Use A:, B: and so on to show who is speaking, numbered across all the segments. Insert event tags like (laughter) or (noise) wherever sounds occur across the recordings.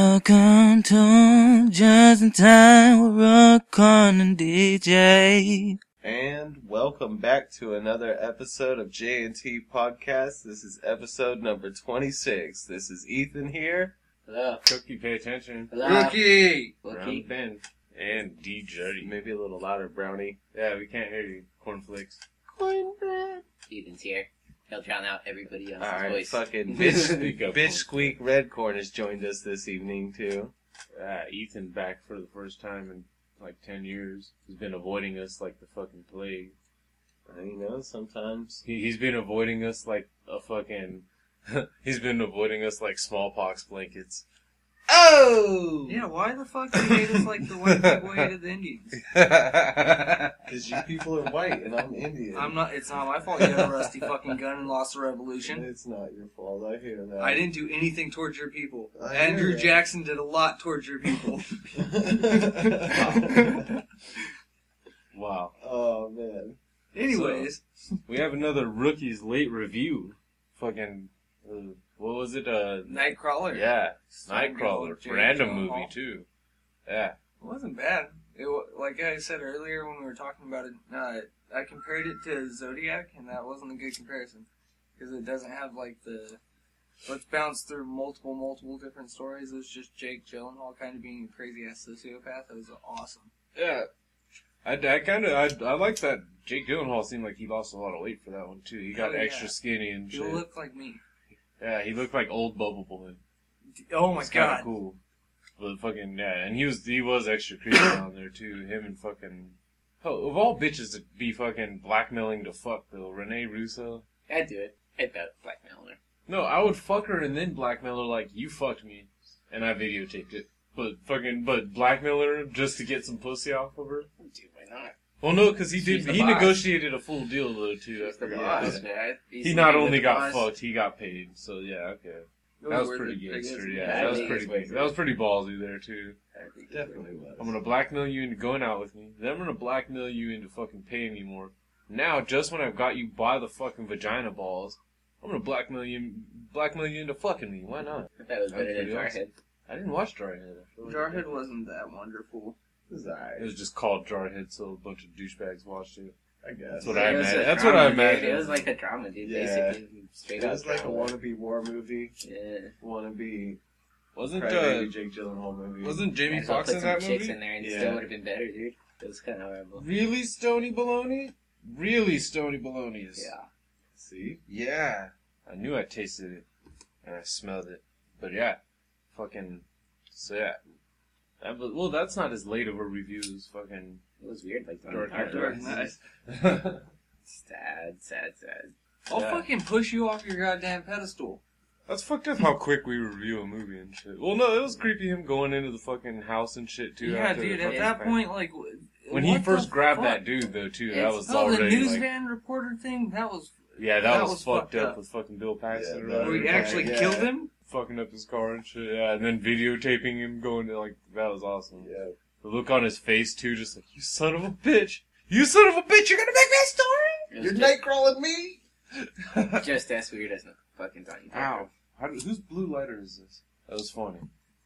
A: Welcome to Just in Time with Rock on and DJ.
B: And welcome back to another episode of J&T Podcast. This is episode number 26. This is Ethan here.
C: Hello.
D: Cookie, pay attention.
C: Hello.
D: Cookie!
C: Cookie.
D: Brown Ben. And DJ.
B: Maybe a little louder, Brownie.
D: Yeah, we can't hear you. Cornflakes.
B: Cornbread.
C: Ethan's here. He'll drown out everybody else's
B: Alright,
C: voice. (laughs)
B: fucking
D: (laughs)
B: bitch,
D: Speak up,
B: bitch Squeak Redcorn has joined us this evening too.
D: Cornflakes. Ah, Ethan back for the first time in like 10 years. He's been avoiding us like the fucking plague.
B: Uh, You know, sometimes.
D: He, he's been avoiding us like a fucking. (laughs) he's been avoiding us like smallpox blankets. (laughs)
B: Oh!
E: Yeah, why the fuck do you hate us like the white people hated the Indians?
B: Because you people are white and I'm Indian.
E: I'm not. It's not my fault. You had a rusty fucking gun and lost the revolution.
B: It's not your fault. I hear that.
E: I didn't do anything towards your people.
B: I hear
E: Andrew
B: that.
E: Jackson did a lot towards
B: (laughs)
E: your people.
D: Wow.
B: oh man.
E: Anyways,
D: We have another rookies late review. Fucking. Uh, what was it? Uh,
E: Nightcrawler.
D: yeah,
E: Stone
D: Nightcrawler.
E: Cold, Jake
D: Random movie,
E: Gyllenhaal.
D: too. Yeah.
E: It wasn't bad. It wa- like I said earlier when we were talking about it, uh, I compared it to Zodiac, and that wasn't a good comparison because it doesn't have like the let's bounce through multiple, multiple different stories. It was just Jake Gyllenhaal kind of being a crazy ass sociopath. That was awesome.
D: Yeah, I, I kind of I, I like that. Jake Gyllenhaal seemed like he lost a lot of weight for that one too. He got
E: Oh, yeah.
D: extra skinny and
E: You
D: shit.
E: look like me.
D: yeah, he looked like old Bubble Boy.
E: Oh my
D: It's kinda
E: god.
D: cool. But fucking yeah, and he was he was extra creepy (coughs) on there too. Him and fucking oh, of all bitches to be fucking blackmailing to fuck though, Renee Russo.
C: I'd do it. I'd bet blackmail her.
D: No, I would fuck her and then blackmail her like you fucked me, and I videotaped it. But fucking but blackmail her just to get some pussy off of her.
C: Dude, why not?
D: Well, no, because he
C: She's
D: did.
C: the
D: He
C: boss.
D: negotiated a full deal though too. I
C: He's the
D: forget.
C: boss, man. He's
D: He not
C: the
D: only got
C: boss.
D: fucked, he got paid. So yeah, okay. That was
E: worth
D: pretty
E: it, I guess.
D: gangster. Yeah,
C: That
D: that was
C: is
D: pretty.
C: way
D: That was pretty ballsy there too.
C: I think he's
B: Definitely was.
D: I'm gonna blackmail you into going out with me. Then I'm gonna blackmail you into fucking paying me more. Now, just when I've got you by the fucking vagina balls, I'm gonna blackmail you. Blackmail you into fucking me. Why not?
C: That was
D: That was
C: better than
D: pretty awesome.
C: Jarhead.
D: I didn't watch Jarhead. I feel like-
E: Jarhead wasn't that wonderful.
B: It was alright.
D: It was just called Jarhead, so a bunch of douchebags watched it.
B: I guess.
D: That's what
C: It
D: I
C: was a
D: imagine. That's what I
C: drama, dude.
D: imagine.
C: It was like a drama, dude.
B: Yeah.
C: Basically, straight
B: It
C: up.
B: was like a
C: drama.
B: wannabe war movie,
C: Yeah.
B: wannabe
D: Wasn't uh,
B: crybaby Jake Gyllenhaal movie.
D: wasn't Jamie
C: Might as well
D: Foxx
C: put
D: in
C: some
D: that
C: chicks
D: movie?
C: in there and it
B: Yeah.
C: still would have been better, dude. It was kind of horrible.
D: Really, Stony Baloney? Really, Stony Baloney's.
C: Yeah.
B: See,
D: Yeah. I knew I tasted it and I smelled it, but yeah, fucking. So yeah. That, but, well, that's not as late of a review as fucking.
C: It was weird. Like,
D: Dark
C: dark,
D: Knight.
C: dark.
D: (laughs) that's
C: Sad, sad, sad.
E: I'll
D: Yeah.
E: fucking push you off your goddamn pedestal.
D: fucked up. How quick we review a movie and shit. Well, no, it was creepy him going into the fucking house and shit too.
E: yeah,
D: after the
E: dude. At
D: fucking
E: that
D: fact.
E: point, like w-
D: when
E: what
D: he
E: the
D: first grabbed
E: fuck?
D: that dude though too, that
C: It's
D: was
E: oh, the
D: already
E: news
D: like.
E: van reporter thing. That was
D: Yeah, that,
E: that
D: was,
E: was
D: fucked,
E: fucked
D: up,
E: up.
D: with fucking Bill
B: Yeah,
D: Paxton. or
B: that
D: whatever.
E: where he
B: Uh, Yeah,
E: actually
B: yeah.
E: killed him.
D: fucking up his car and shit. Yeah, and then videotaping him going to like that was awesome.
B: yeah,
D: The look on his face too, just like you son of a bitch, you son of a bitch, you're gonna make that story.
C: It was
B: you're
C: just-
B: night crawling me.
C: just as weird as the fucking Donnie Darko.
D: Ow! (laughs) How, do- whose blue lighter is this? That was funny,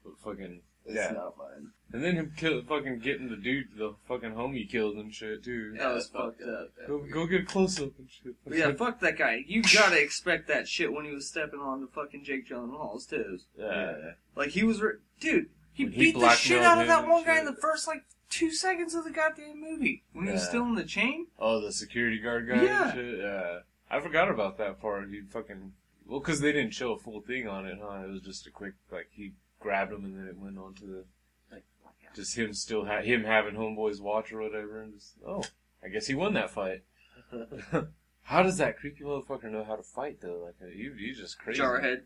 D: but fucking
B: It's
D: yeah.
B: not mine.
D: And then him kill, fucking getting the dude, the fucking homie killed and shit too.
E: That was fucked up.
D: Go, go get a close up and (laughs) shit.
E: Yeah, fuck that guy. You gotta expect that shit when he was stepping on the fucking Jake Gyllenhaal's toes.
D: yeah.
E: Like he was, re- dude. He
D: When he
E: beat the shit
D: blackmailed
E: out of
D: him
E: that
D: and
E: one guy in the
D: shit.
E: first like two seconds of the goddamn movie when he was
D: Yeah.
E: still in the chain.
D: Oh, the security guard guy
E: Yeah.
D: and shit? Yeah. I forgot about that part. He fucking. Well, because they didn't show a full thing on it, huh? It was just a quick, like, he grabbed him and then it went on to the.
C: Like, blackout.
D: Just him still ha- him having Homeboy's watch or whatever, and just, oh, I guess he won that fight. how does that creepy motherfucker know how to fight, though? Like, uh, you, you just crazy.
E: Jarhead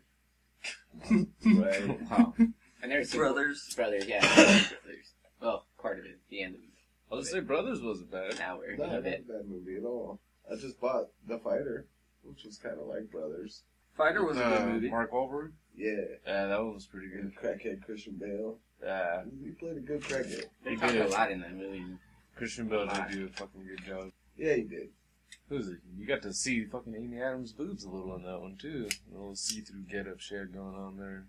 B: Right.
D: wow.
C: I never seen
E: brothers.
C: Brothers, (coughs) yeah. brothers. Well, part of it. The end of it.
D: I was gonna say, Brothers wasn't bad.
C: An hour
B: Not a
C: of it.
B: bad movie at all. I just bought The Fighter, which was kind of like Brothers.
E: Fighter was a good
D: Uh,
E: movie.
D: Mark Wahlberg?
B: Yeah,
D: Yeah, that one was pretty good. Uh,
B: and crackhead Christian Bale.
D: Yeah.
B: He played a good crackhead.
C: They
D: He
C: talked a
D: did.
C: lot in that movie.
D: Christian Bale did do a fucking good job.
B: Yeah, he (laughs) did.
D: Who's it? You got to see fucking Amy Adams' boobs a little on that one too. A little see-through get-up shit going on there.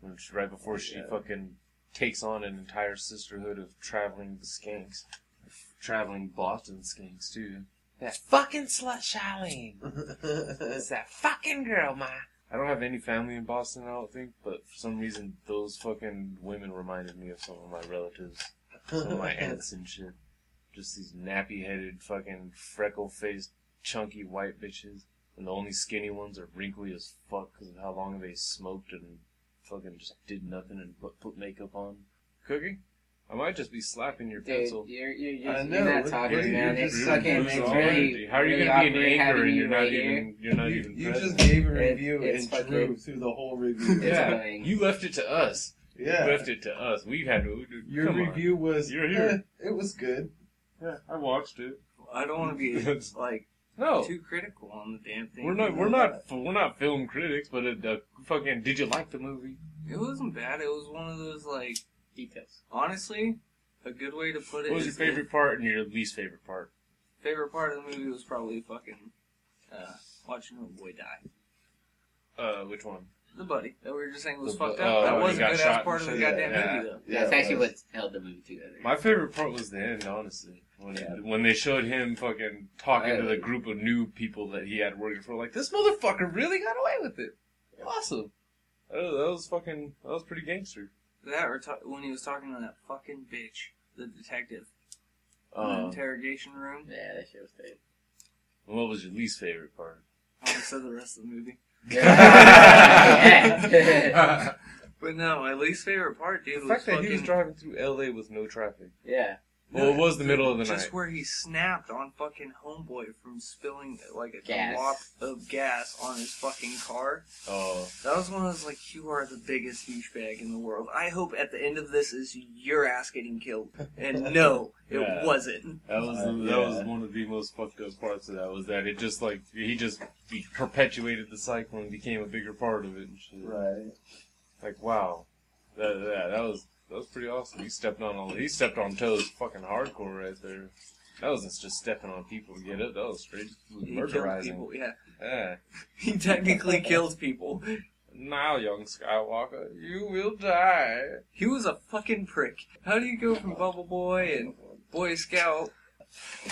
D: when she, right before she
B: Yeah.
D: fucking takes on an entire sisterhood of traveling skanks, traveling Boston skanks too. That fucking slut, Charlene.
B: Oh,
D: It's that fucking girl, ma. I don't have any family in Boston, I don't think, but for some reason those fucking women reminded me of some of my relatives,
B: (laughs)
C: (laughs)
D: some of my aunts and shit. Just these nappy-headed, fucking freckle-faced, chunky white bitches, and the only skinny ones are wrinkly as fuck because of how long they smoked and fucking just did nothing and put, put makeup on. Cookie, I might just be slapping your
C: Dude,
D: pencil.
C: you're, you're, you're,
B: I know,
C: you're not
B: look,
C: talking,
B: you're-
C: man.
B: you're
C: It's
B: just
C: fucking,
B: losing
C: it's
B: all
C: really,
D: How are you
C: really
D: gonna be an
C: awkward
D: anchor
C: having
D: and
C: you
D: you're not
C: right here.
D: even you're not
B: you,
D: even
B: you just
D: present?
B: gave a
C: It-
B: review
C: it's
B: and
C: fucking-
B: drew through the whole (laughs) review.
C: It's
D: yeah,
C: annoying.
D: you left it to us.
B: Yeah.
D: You left it to us. We had to.
B: Your
D: come on.
B: review was
D: You're here.
B: "Eh, it was good.
D: Yeah, I watched it.
E: I don't want
D: (laughs)
E: to be like
D: No,
E: too critical on the damn thing.
D: Oh. we're not. We're not. We're not film critics. But it, uh, fucking, did you like the movie?
E: It wasn't bad. It was one of those like
C: Details.
E: honestly, a good way to put it.
D: What was your
E: is
D: favorite part and your least favorite part?
E: that favorite part of the movie was probably fucking uh, watching a boy die.
D: Uh, which one?
E: The buddy that we were just saying was
D: The bu-
E: fucked
D: oh,
E: up.
D: when he
E: that was a
D: got
E: good
D: shot
E: ass part of
D: and
E: the
B: shit.
E: goddamn
D: Yeah.
E: movie though.
B: Yeah,
C: That's
B: it
C: actually
B: was.
C: what held the movie together.
D: My favorite part was the end, honestly. When,
C: Yeah.
D: when they showed him fucking talking to the
C: Right.
D: group of new people that he had working for, like, this motherfucker really got away with it. Awesome. That was, that was fucking, that was pretty gangster.
E: That or ta- when he was talking to that fucking bitch, the detective in the
D: Um,
E: interrogation room.
C: yeah, that shit was great.
D: what was your least favorite part? (laughs)
E: I almost said the rest of the movie.
D: (laughs)
C: Yeah.
E: But no, my least favorite part, dude,
D: The
E: was
D: fact
E: fucking.
D: that he was driving through LA with no traffic.
C: yeah.
D: Well, it was the middle of the
E: just
D: night.
E: where he snapped on fucking homeboy from spilling like a
C: Gas.
E: wop of gas on his fucking car.
D: Oh,
E: That was one of those like you are the biggest douchebag in the world. I hope at the end of this is your ass getting killed.
B: (laughs)
E: And no, it
D: Yeah.
E: wasn't.
D: that was
B: Uh,
D: that
B: yeah.
D: was one of the most fucked up parts of that. Was that it just like he just he perpetuated the cycle and became a bigger part of it and shit.
B: Right.
D: Like wow, that that, that was that was pretty awesome. He stepped on all he stepped on toes, fucking hardcore right there. That wasn't just stepping on people to get it. That was straight
E: He killed
D: murderizing.
E: people. Yeah, (laughs)
D: Yeah.
E: he
B: (laughs)
E: technically killed people.
D: Now, young Skywalker, you will die.
E: He was a fucking prick. How do you go from Bubble Boy and Boy Scout?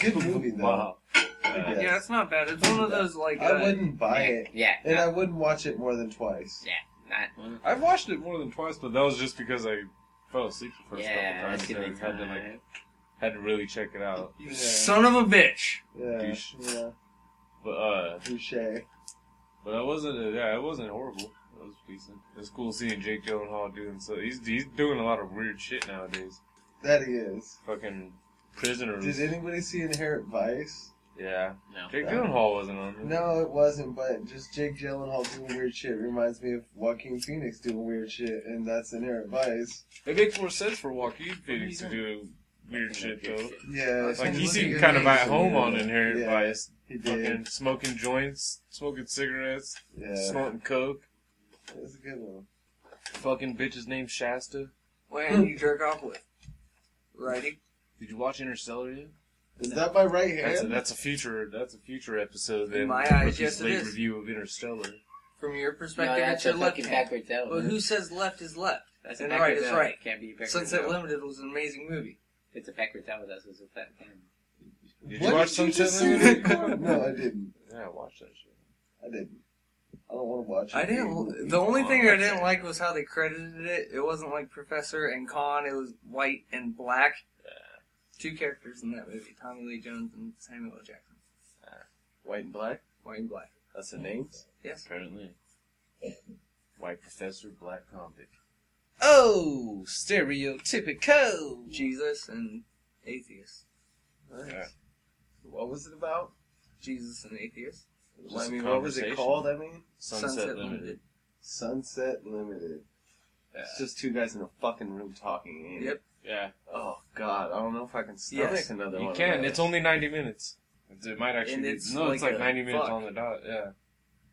B: Good movie though.
D: Wow.
B: Yeah.
E: Yeah, it's not bad. It's one of those like
B: I
E: uh,
B: wouldn't buy it,
C: Yeah.
B: and
C: no,
B: I wouldn't watch it more than twice.
C: not,
D: I've watched it more than twice, but that was just because I fell asleep the first
C: yeah,
D: couple
C: that's
D: times.
C: the only
D: and had to like
C: time.
D: had to really check it out.
E: you
B: Yeah.
E: son of a bitch.
B: Yeah.
D: Douche.
B: Yeah.
D: But uh,
B: Touche.
D: But that wasn't uh, yeah, it wasn't horrible. That was decent. It's cool seeing Jake Gyllenhaal doing so. He's he's doing a lot of weird shit nowadays.
B: That he is.
D: Fucking prisoners.
B: Did anybody see Inherent Vice?
D: yeah,
C: No.
D: Jake
B: Uh,
D: Gyllenhaal wasn't on. there.
B: No, it wasn't. But just Jake Gyllenhaal doing weird shit reminds me of Joaquin Phoenix doing weird shit, and that's Inherent Vice.
D: It makes more sense for Joaquin Phoenix to do weird shit though.
B: Yeah,
D: Like he
E: Look at
D: seemed
E: your
D: kind of at
B: names.
D: home on Inherent
B: Yeah.
D: Vice,
B: he did.
D: fucking smoking joints, smoking cigarettes,
B: Yeah,
D: smoking coke.
B: that's a good one.
D: Fucking bitch's named Shasta.
B: Hmm.
E: When you jerk off with? Righty.
D: Did you watch Interstellar yet?
B: Is that my right hand?
D: That's a, that's a future. That's a future episode. Then
E: In my
D: with
E: eyes,
D: this
E: yes, it
D: late
E: is.
D: review of Interstellar.
E: From your
C: No,
E: perspective, it's
C: that's
E: your
C: a
E: left
C: fucking
E: hand.
C: backwards out.
E: But who says left is left?
C: That's a
E: and
C: backwards
E: right is
C: out.
E: right.
C: Can't be backwards
E: Sunset
C: out.
E: Limited was an amazing movie.
C: It's a backwards out with us. It's a flat hand.
D: Did
B: What
D: you watch
B: did you
D: Sunset
B: just
D: Limited?
B: say? no, I didn't.
D: Yeah, I watched that shit.
B: I didn't. I don't want to watch it.
E: I
B: Movie.
E: didn't. The only thing I didn't like was how they credited it. It wasn't like Professor and Khan. It was white and black. Two characters in that movie: Tommy Lee Jones and Samuel L. Jackson.
B: White and black.
E: White and black.
B: That's the names.
E: Yes.
D: Apparently. White professor, black convict. Oh, stereotypical.
E: Jesus and atheist.
D: Yeah.
B: What was it about?
E: Jesus and atheist.
D: Just
B: I mean,
D: a
B: what was it
D: conversation.
B: called? I mean,
D: Sunset, Limited.
B: Sunset Limited. It's just two guys in a fucking room talking. ain't it?
E: Yep.
D: Yeah,
B: Oh God, I don't know if I can stomach
E: Yes.
B: another
D: you
B: one. of
D: can.
B: those.
D: It's only ninety minutes. It's- It might actually.
E: And
D: be-
E: it's
D: no, it's
E: like
D: like
E: a-
D: ninety minutes
E: fuck.
D: on the dot. Yeah.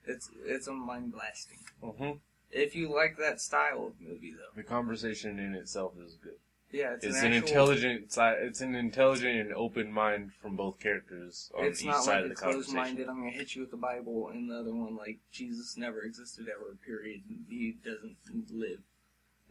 E: It's it's a mind blasting.
D: Mm-hmm.
E: If you like that style of movie, though.
D: The conversation in itself is good.
E: Yeah, it's,
D: It's,
E: an,
D: an,
E: actual,
D: intelligent side. It's an intelligent and open mind from both characters on
E: It's
D: each
E: not
D: side
E: like
D: of
E: a
D: the conversation.
E: closed-minded. I'm gonna hit you with the Bible, and the other one like Jesus never existed ever. Period. He doesn't live.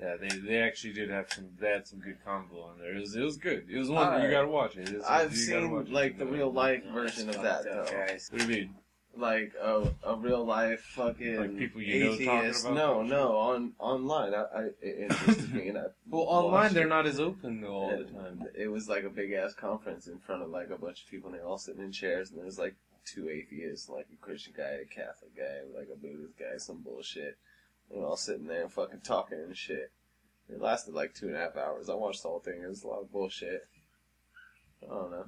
D: Yeah, they they actually did have some they had some good combo on there. It was it was good. It was one that you
B: Alright.
D: gotta watch it. It's-
B: I've
D: you gotta watch
B: seen
D: it.
B: like the real life version of that
C: Fucked up,
B: though.
C: Oh, guys.
D: What do you mean?
B: Like a a real life fucking
D: Like people you know talking
B: atheist.
D: about
B: no,
D: that
B: no, on online. I, I it interested me and I
D: Well, online
B: watched
D: they're
B: it.
D: not as open though all the
B: Yeah.
D: time.
B: It was like a big ass conference in front of like a bunch of people and they're all sitting in chairs and there's like two atheists, like a Christian guy, a Catholic guy, like a Buddhist guy, some bullshit. And all sitting there and fucking talking and shit. It lasted like two and a half hours. I watched the whole thing. It was a lot of bullshit. I don't know.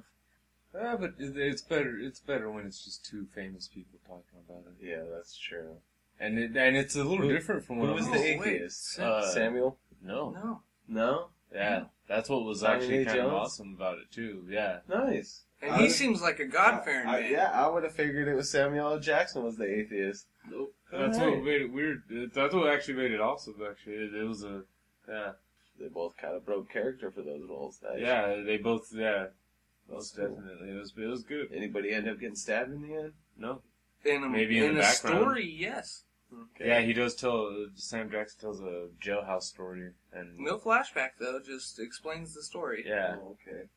D: Yeah, but it- it's better. It's better when it's just two famous people talking about it,
B: Yeah, that's true.
D: and it, and it's a little
B: Who-
D: different from what
B: Who
D: it
B: was
D: was.
B: the
E: wait.
B: atheist?
D: Uh,
B: Samuel?
D: no,
E: No.
B: No?
D: yeah, that's what was
B: Tommy
D: actually
B: Lee
D: kind of
B: Jones?
D: awesome about it too. Yeah,
B: Nice.
E: And
B: I
E: he
B: would've-
E: seems like a God fearing
B: I- I-
E: man.
B: Yeah, I would have figured it was Samuel L. Jackson was the atheist.
D: Nope. That's
B: Alright.
D: what made it weird. It- That's what actually made it awesome. Actually, it, it was a yeah,
B: They both kind of broke character for those roles. Actually.
D: yeah. They both yeah,
B: That's
D: most
B: cool.
D: definitely. It was it was good.
B: Anybody end up getting stabbed in the end?
D: No,
E: In a,
D: Maybe in the background.
E: story, yes.
B: Okay.
D: yeah, he does tell Sam Jackson tells a jailhouse story and
E: No flashback though, just explains the story. Hmm.
D: yeah,
B: Oh, okay.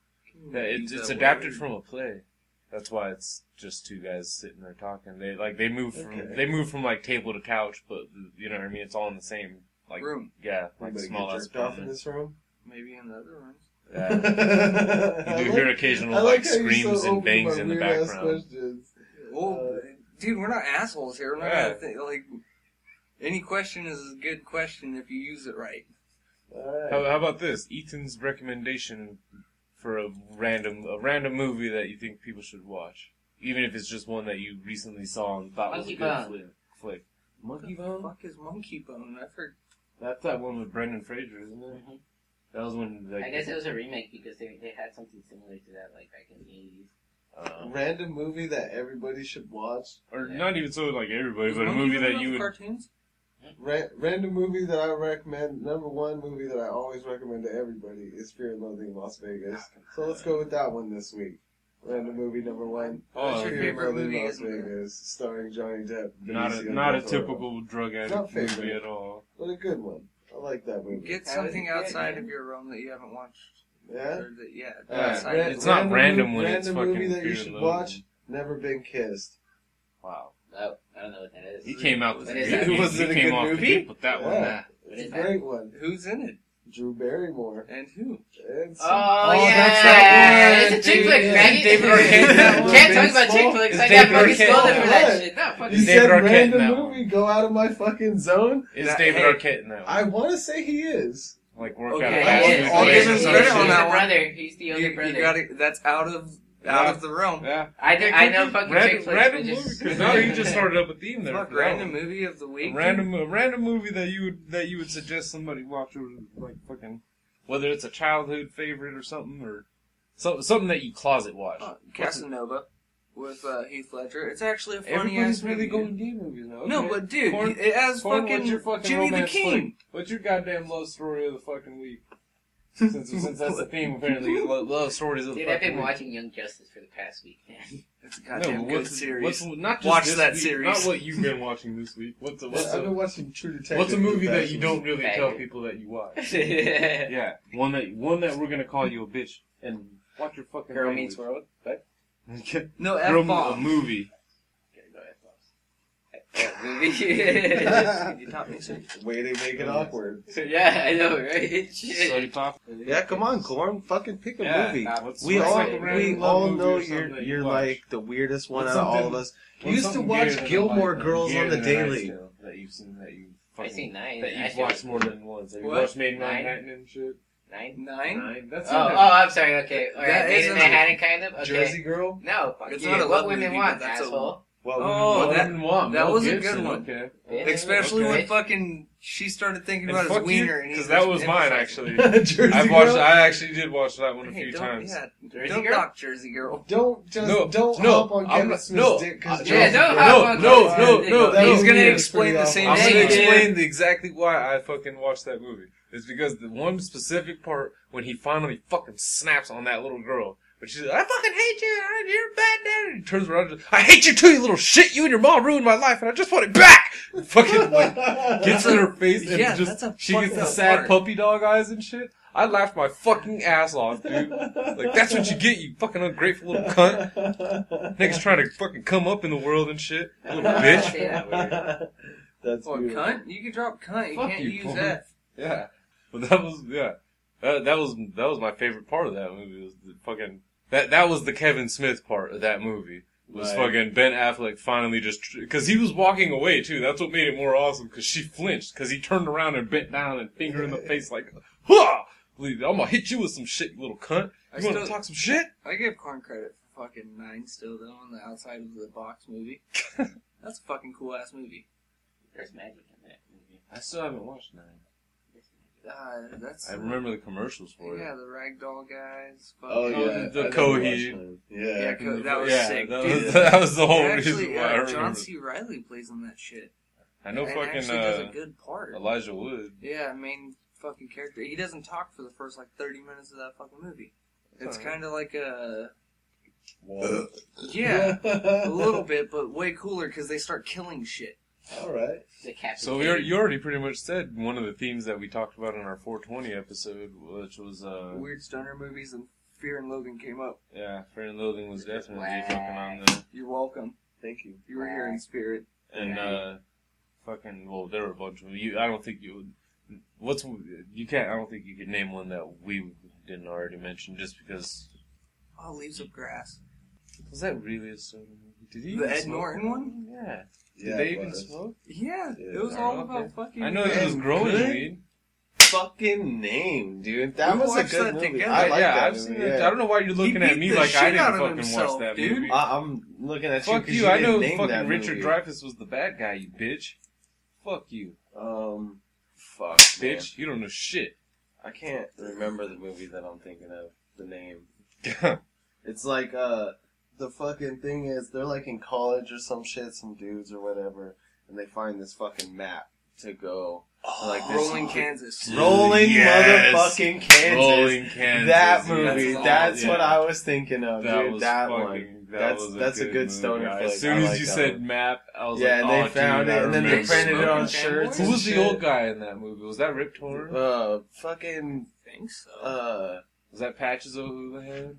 D: Yeah, it's,
E: He's
D: it's
E: a
D: adapted
E: warrior.
D: from a play. That's why it's just two guys sitting there talking. They like they move from
B: Okay.
D: they move from like table to couch, but you know what I mean. It's all in the same like
E: room.
D: yeah, like
B: Anybody
D: small
B: get
D: ass
B: jerked off in
D: apartment.
B: this room?
E: Maybe in the other rooms.
B: (laughs)
D: Yeah. You do hear occasional like screams and bangs in the background.
E: Well, dude, we're not assholes here. We're not
D: Yeah.
E: gonna think, like any question is a good question if you use it right.
D: How, how about this? Ethan's recommendation for a random a random movie that you think people should watch, even if it's just one that you recently saw and thought was
C: Monkey
D: a good
C: Bone.
D: flick. flick.
E: Monkey bone? Fuck is monkey bone? I've heard.
D: That's that one with Brendan Fraser, isn't it?
C: Mhm.
D: That was when like
C: I guess it was a remake because they, they had something similar to that like back in the eighties.
D: uh,
B: Random movie that everybody should watch.
D: or
C: Yeah.
D: not even so like everybody,
E: Is
D: but a
E: Monkey
D: movie
E: Bone
D: that
E: not
D: you
E: the
D: would.
E: cartoons.
B: Ra- random movie that I recommend. Number one movie that I always recommend to everybody is Fear and Loathing in Las Vegas. So let's go with that one this week. Random movie number one.
D: Oh, okay.
E: That's your
B: Fear and
E: favorite
B: Loathing in
E: movie,
B: Las
E: isn't it?
B: Vegas, starring Johnny Depp.
D: Not a
B: Benicio
D: not a
B: del Toro.
D: typical drug
B: Not
D: addict
B: favorite.
D: movie at all.
B: but a good one. I like that movie.
E: Get
C: How is
E: something
C: it good,
E: outside
C: man?
E: of your realm that you haven't watched.
B: yeah.
E: Or that, yeah,
B: Uh,
E: outside
B: Red-
E: of-
D: it's not random
B: movie-
D: when it's
B: random movie
D: fucking
B: that you
D: Fear
B: should
D: and
B: watch.
D: Loathing.
B: Never been kissed.
D: Wow,
C: Oh, I don't know what that is.
D: he came out.
C: What
D: The,
C: is
D: he, (laughs)
C: that?
D: he
B: Was it a
D: came
B: good
D: off
B: movie?
D: the deep with that one.
B: Yeah.
C: What
B: It's
C: is
B: a
C: that?
B: great one.
E: Who's in it
B: Drew Barrymore.
E: and who?
B: It's
C: Oh,
D: Oh,
C: yeah,
D: that's that one,
C: it's a chick
D: dude,
C: flick,
D: yeah.
C: man.
D: David
B: Arquette, that one.
C: Can't talk about
B: Baseball.
C: chick flicks.
D: Is
C: I got
D: David
C: fucking
D: Arquette
C: scolded
D: in
C: for
B: that
C: that
B: one?
C: shit. No, fuck
B: You
D: Is
C: you.
B: said
D: David Arquette in
B: random
D: that
B: movie, go out of my fucking zone.
D: Is
E: That-
D: David
E: hey,
D: Arquette in that one?
B: I want to say he is.
D: like work
E: Okay,
D: out.
E: I'll
D: fast
E: give-
D: food
E: I'll
D: place
E: give
D: or
E: him
D: some
E: credit
D: shit.
E: on
C: He's
E: that
C: the
E: one.
C: brother. He's the
E: You,
C: only
E: you
C: brother.
E: got it. That's out of out
D: Yeah.
E: of the realm.
D: Yeah,
C: I, do, I know fucking
D: random,
C: chick flicks.
D: random
C: but
D: movie.
C: just-
D: 'cause now
C: (laughs)
D: you just started up a theme there.
E: Fuck,
D: for that
E: random
D: one.
E: movie of the
D: A
E: week.
D: random, a random movie that you would that you would suggest somebody watch or like fucking whether it's a childhood favorite or something or so, something that you closet watch.
E: Uh, Casanova with uh, Heath Ledger. It's actually a funny ass
D: Everybody's really
E: movie.
D: going D movies now.
E: No,
D: okay?
E: but dude,
D: Porn-
E: it has
D: porn,
E: fucking,
D: what's your fucking
E: Jimmy the
D: romance
E: King.
D: What's your goddamn love story of the fucking week? Since, since that's the theme, apparently, lo- love stories of the
C: Dude, I've
D: fucking
C: been
D: week.
C: watching Young Justice for the past week, man.
E: It's a
D: No,
E: goddamn
D: but
E: good
D: what's,
E: series.
D: what's not just
E: Watch
D: this
E: that
D: week,
E: series.
D: Not what you've been watching this week. What's a, what's
B: I've
D: a,
B: been watching True Detective.
D: what's a
B: for the
D: movie that
B: past
D: you
B: week.
D: don't (laughs) really
C: Banger.
D: tell people that
C: (laughs)
D: you watch?
C: Girl
D: Yeah, one that one that we're gonna call you a bitch and watch your fucking
C: Meets
D: language.
C: World. What?
D: Girl
E: no
D: m-
E: F
D: a
E: bomb.
D: movie.
C: Okay, go ahead, boss.
E: (laughs)
C: That
E: You taught me something.
B: Way to make it awkward.
C: movie. yeah, I know, right?
D: Soda pop.
B: Yeah, come on, Gorm. Fucking pick a
D: Yeah.
B: movie.
D: What's-
B: We
D: what's
B: all
D: like a
B: we
D: random love
B: all
D: movie
B: know
D: or something
B: you're
D: that you
B: you're
D: watch?
B: like the weirdest one
D: What's
B: out of all of
D: something-
B: us. You used to
D: Something
B: watch
D: gayer than I
B: Gilmore
D: like,
B: Girls
D: gayer
B: on the
D: than I
B: daily.
D: feel, That you've seen that you.
C: I
D: fucking-
C: seen nine.
D: That
C: I
D: you've
C: feel
D: watched
C: like
D: more than once. Have you
E: What?
D: watched Made in
C: Nine?
D: Manhattan and shit?
C: Nine.
E: Nine.
D: That's
C: Oh,
D: it.
C: oh, I'm sorry. Okay, all
E: That
C: right. Made in
E: isn't-
C: Manhattan, kind of. Okay.
B: Jersey Girl.
C: No, fuck
E: It's
C: you.
E: not a love
C: what women
E: movie,
C: want,
E: but that's a-
C: asshole.
B: Well,
E: Oh,
D: What
E: that-
D: women want,
E: that
D: Mel
E: was a good
B: (laughs)
D: Gibson,
E: one.
D: Okay.
C: Yeah.
E: Especially
D: Okay.
E: when fucking she started thinking
D: And
E: about his
D: fuck you,
E: wiener, and he's
D: because that was mine (laughs) actually.
B: Jersey
D: I've watched.
B: Girl.
D: I actually did watch that one a
E: Hey,
D: few
E: don't,
D: times.
E: Yeah,
C: Jersey
E: don't
C: Girl?
E: knock Jersey Girl.
B: Don't just
D: No,
B: don't
D: no,
B: hop on
D: I'm
B: Kevin
D: not-
B: Smith's
D: no,
B: dick because
D: uh,
C: yeah, no,
D: No, no, no, no,
B: That
D: no.
E: He's
B: was
E: gonna
B: weird.
E: explain the
B: Pretty
E: same
D: I'm
C: awful.
D: going
E: thing.
D: to
C: Negative.
D: explain the, exactly why I fucking watched that movie. It's because the one specific part when he finally fucking snaps on that little girl. But she's like, I fucking hate you. I- You're a bad dad. And he turns around and just, I hate you too, you little shit. You and your mom ruined my life and I just want it back. (laughs)
B: (laughs)
D: Fucking like, gets in her face and
E: Yeah, that's
D: just,
E: a
D: she gets
E: fucked
D: the
E: up
D: sad
E: part.
D: puppy dog eyes and shit. I laughed my fucking ass off, dude. Like, that's what you get, you fucking ungrateful little cunt.
B: (laughs)
D: Niggas trying to fucking come up in the world and shit. Little bitch.
B: That's
E: What,
B: beautiful.
E: cunt? You can drop cunt. You
D: Fuck
E: can't
D: you,
E: use
D: porn.
E: that.
D: Yeah. But that was yeah. That, that was that was my favorite part of that movie was the fucking that that was the Kevin Smith part of that movie was
B: Right.
D: fucking Ben Affleck finally just because he was walking away too. That's what made it more awesome because she flinched because he turned around and bent down and finger in the face like, "Huh, I'm gonna hit you with some shit, you little cunt.
E: I
D: You want to
E: still-
D: talk some shit?"
E: I give Corn credit for fucking nine still though on the outside of the box
D: (laughs)
E: movie. That's a fucking cool ass movie.
C: There's magic in that movie.
B: I still haven't watched Nine.
C: There's magic.
E: Uh, that's
D: I remember the commercials for it.
E: Yeah, the ragdoll guys.
B: Oh
E: fucking-
B: yeah,
D: the
B: I never
D: Coheed.
B: watched Nine.
E: Yeah,
B: Yeah,
E: co- that was
D: Yeah,
E: sick.
D: That
E: dude.
D: was, (laughs) that was the whole
E: actually, uh,
D: reason why
E: yeah,
D: I remember.
E: John C. Riley plays on that shit.
D: I know
E: and
D: fucking
E: actually does
D: uh,
E: a good part.
D: Elijah Wood.
E: Yeah, main fucking character. He doesn't talk for the first like thirty minutes of that fucking movie. It's
D: Alright.
E: kind of
D: (laughs)
E: like a
B: Whoa. (laughs)
E: yeah, a little (laughs) bit, but way cooler because they start killing shit.
B: All right.
C: Decapitated.
D: So we already, you already pretty much said one of the themes that we talked about in our 420 episode, which was uh,
E: Weird stoner movies and Fear and Loathing came up.
D: yeah, Fear and Loathing was definitely
C: Wow.
D: fucking on there,
E: You're welcome.
B: Thank you.
E: You were here in spirit.
D: and uh, fucking well, there were a bunch of you. I don't think you would. What's you can't? I don't think you could name one that we didn't already mention, just because.
E: Oh, Leaves of Grass.
D: Was that really a soda movie? Did he
E: The
D: even
E: Ed
D: smoke
E: Norton
D: that
E: one?
D: Yeah. Did
B: Yeah,
D: they
B: it
D: even
B: was.
D: smoke?
E: Yeah,
B: Yeah,
E: it was
D: I
E: all
D: don't
E: about
D: think-
E: fucking.
D: I know it was
E: Ben
D: growing
E: Good.
D: weed.
B: Fucking name, dude. That
E: We
B: was a
E: watched
B: good
E: that
B: movie.
E: together.
B: I
D: yeah,
B: like that
D: I've
B: movie,
D: seen
B: yeah.
D: it. I don't know why you're looking
E: beat
D: at me
E: the
D: like I
E: shit
D: didn't
E: out of
D: fucking watch
E: himself,
D: that
E: dude.
D: movie.
B: I, I'm looking at
D: Fuck
B: you.
D: you!
B: 'cause
D: I
B: didn't
D: know
B: name
D: fucking
B: that
D: Richard
B: movie.
D: Dreyfuss was the bad guy, you bitch. Fuck you,
B: Um, fuck, man.
D: bitch. You don't know
B: (laughs)
D: shit.
B: I can't remember the movie that I'm thinking of. The name.
D: yeah,
B: It's like uh, the fucking thing is they're like in college or some shit, some dudes or whatever, and they find this fucking map to go to, like this
E: Rolling Kansas.
D: Dude,
B: rolling
D: yes.
B: motherfucking Kansas.
D: Rolling Kansas.
B: That
D: yeah.
B: movie.
E: That's
B: That's,
D: all,
B: what
D: yeah.
B: I was thinking of,
D: That
B: dude.
D: was
B: that
D: fucking-
B: one.
D: that
B: that's-
D: was
B: that's a good
D: movie.
B: stoner flick.
D: As soon
B: I
D: as
B: like
D: you
B: that
D: said
B: one.
D: map, I was
B: Yeah,
D: like,
B: and they
D: "Oh,
B: found
D: dude,
B: it,
D: I
B: and then they
D: remember
B: printed it on
D: smoking."
B: shirts.
D: Who
B: and
D: was the
B: shit.
D: old guy in that movie? Was that Rip Torn?
B: Uh, fucking.
E: I think so.
B: Uh,
D: was that Patches O'Houlihan?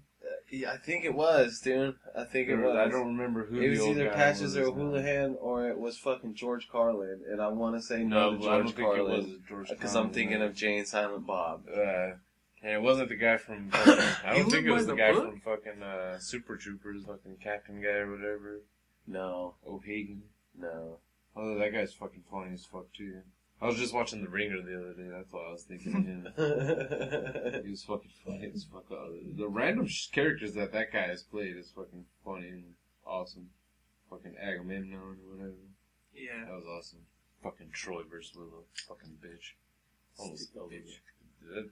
B: yeah, I think it was, dude. I think it
D: Or-
B: was.
D: I don't remember who.
B: It was
D: the old
B: either
D: guy
B: Patches
D: was.
B: or Houlihan, or it was fucking George Carlin, and I want to say no,
D: No,
B: to
D: but I don't
B: George
D: think it was
B: Carlin
D: George.
B: because I'm thinking of Jane Silent Bob.
D: Uh, and it wasn't the guy
E: (coughs)
D: from. Fucking, I
E: You
D: don't think
E: live
D: it
E: by
D: was the
E: the
D: guy
E: book?
D: from fucking uh, Super Troopers, fucking Captain guy or whatever.
B: No,
D: O'Hagan. (laughs)
B: no.
D: Although that guy's fucking funny as fuck too. I was just watching The Ringer the other day. That's why I was thinking of him.
E: (laughs)
D: He was fucking funny as fuck. Uh, The random sh- characters that that guy has played is fucking funny and awesome. Fucking Agamemnon or whatever.
E: yeah.
D: That was awesome. Fucking Troy versus Willow. Fucking bitch. Almost
B: Stupid
D: bitch. That-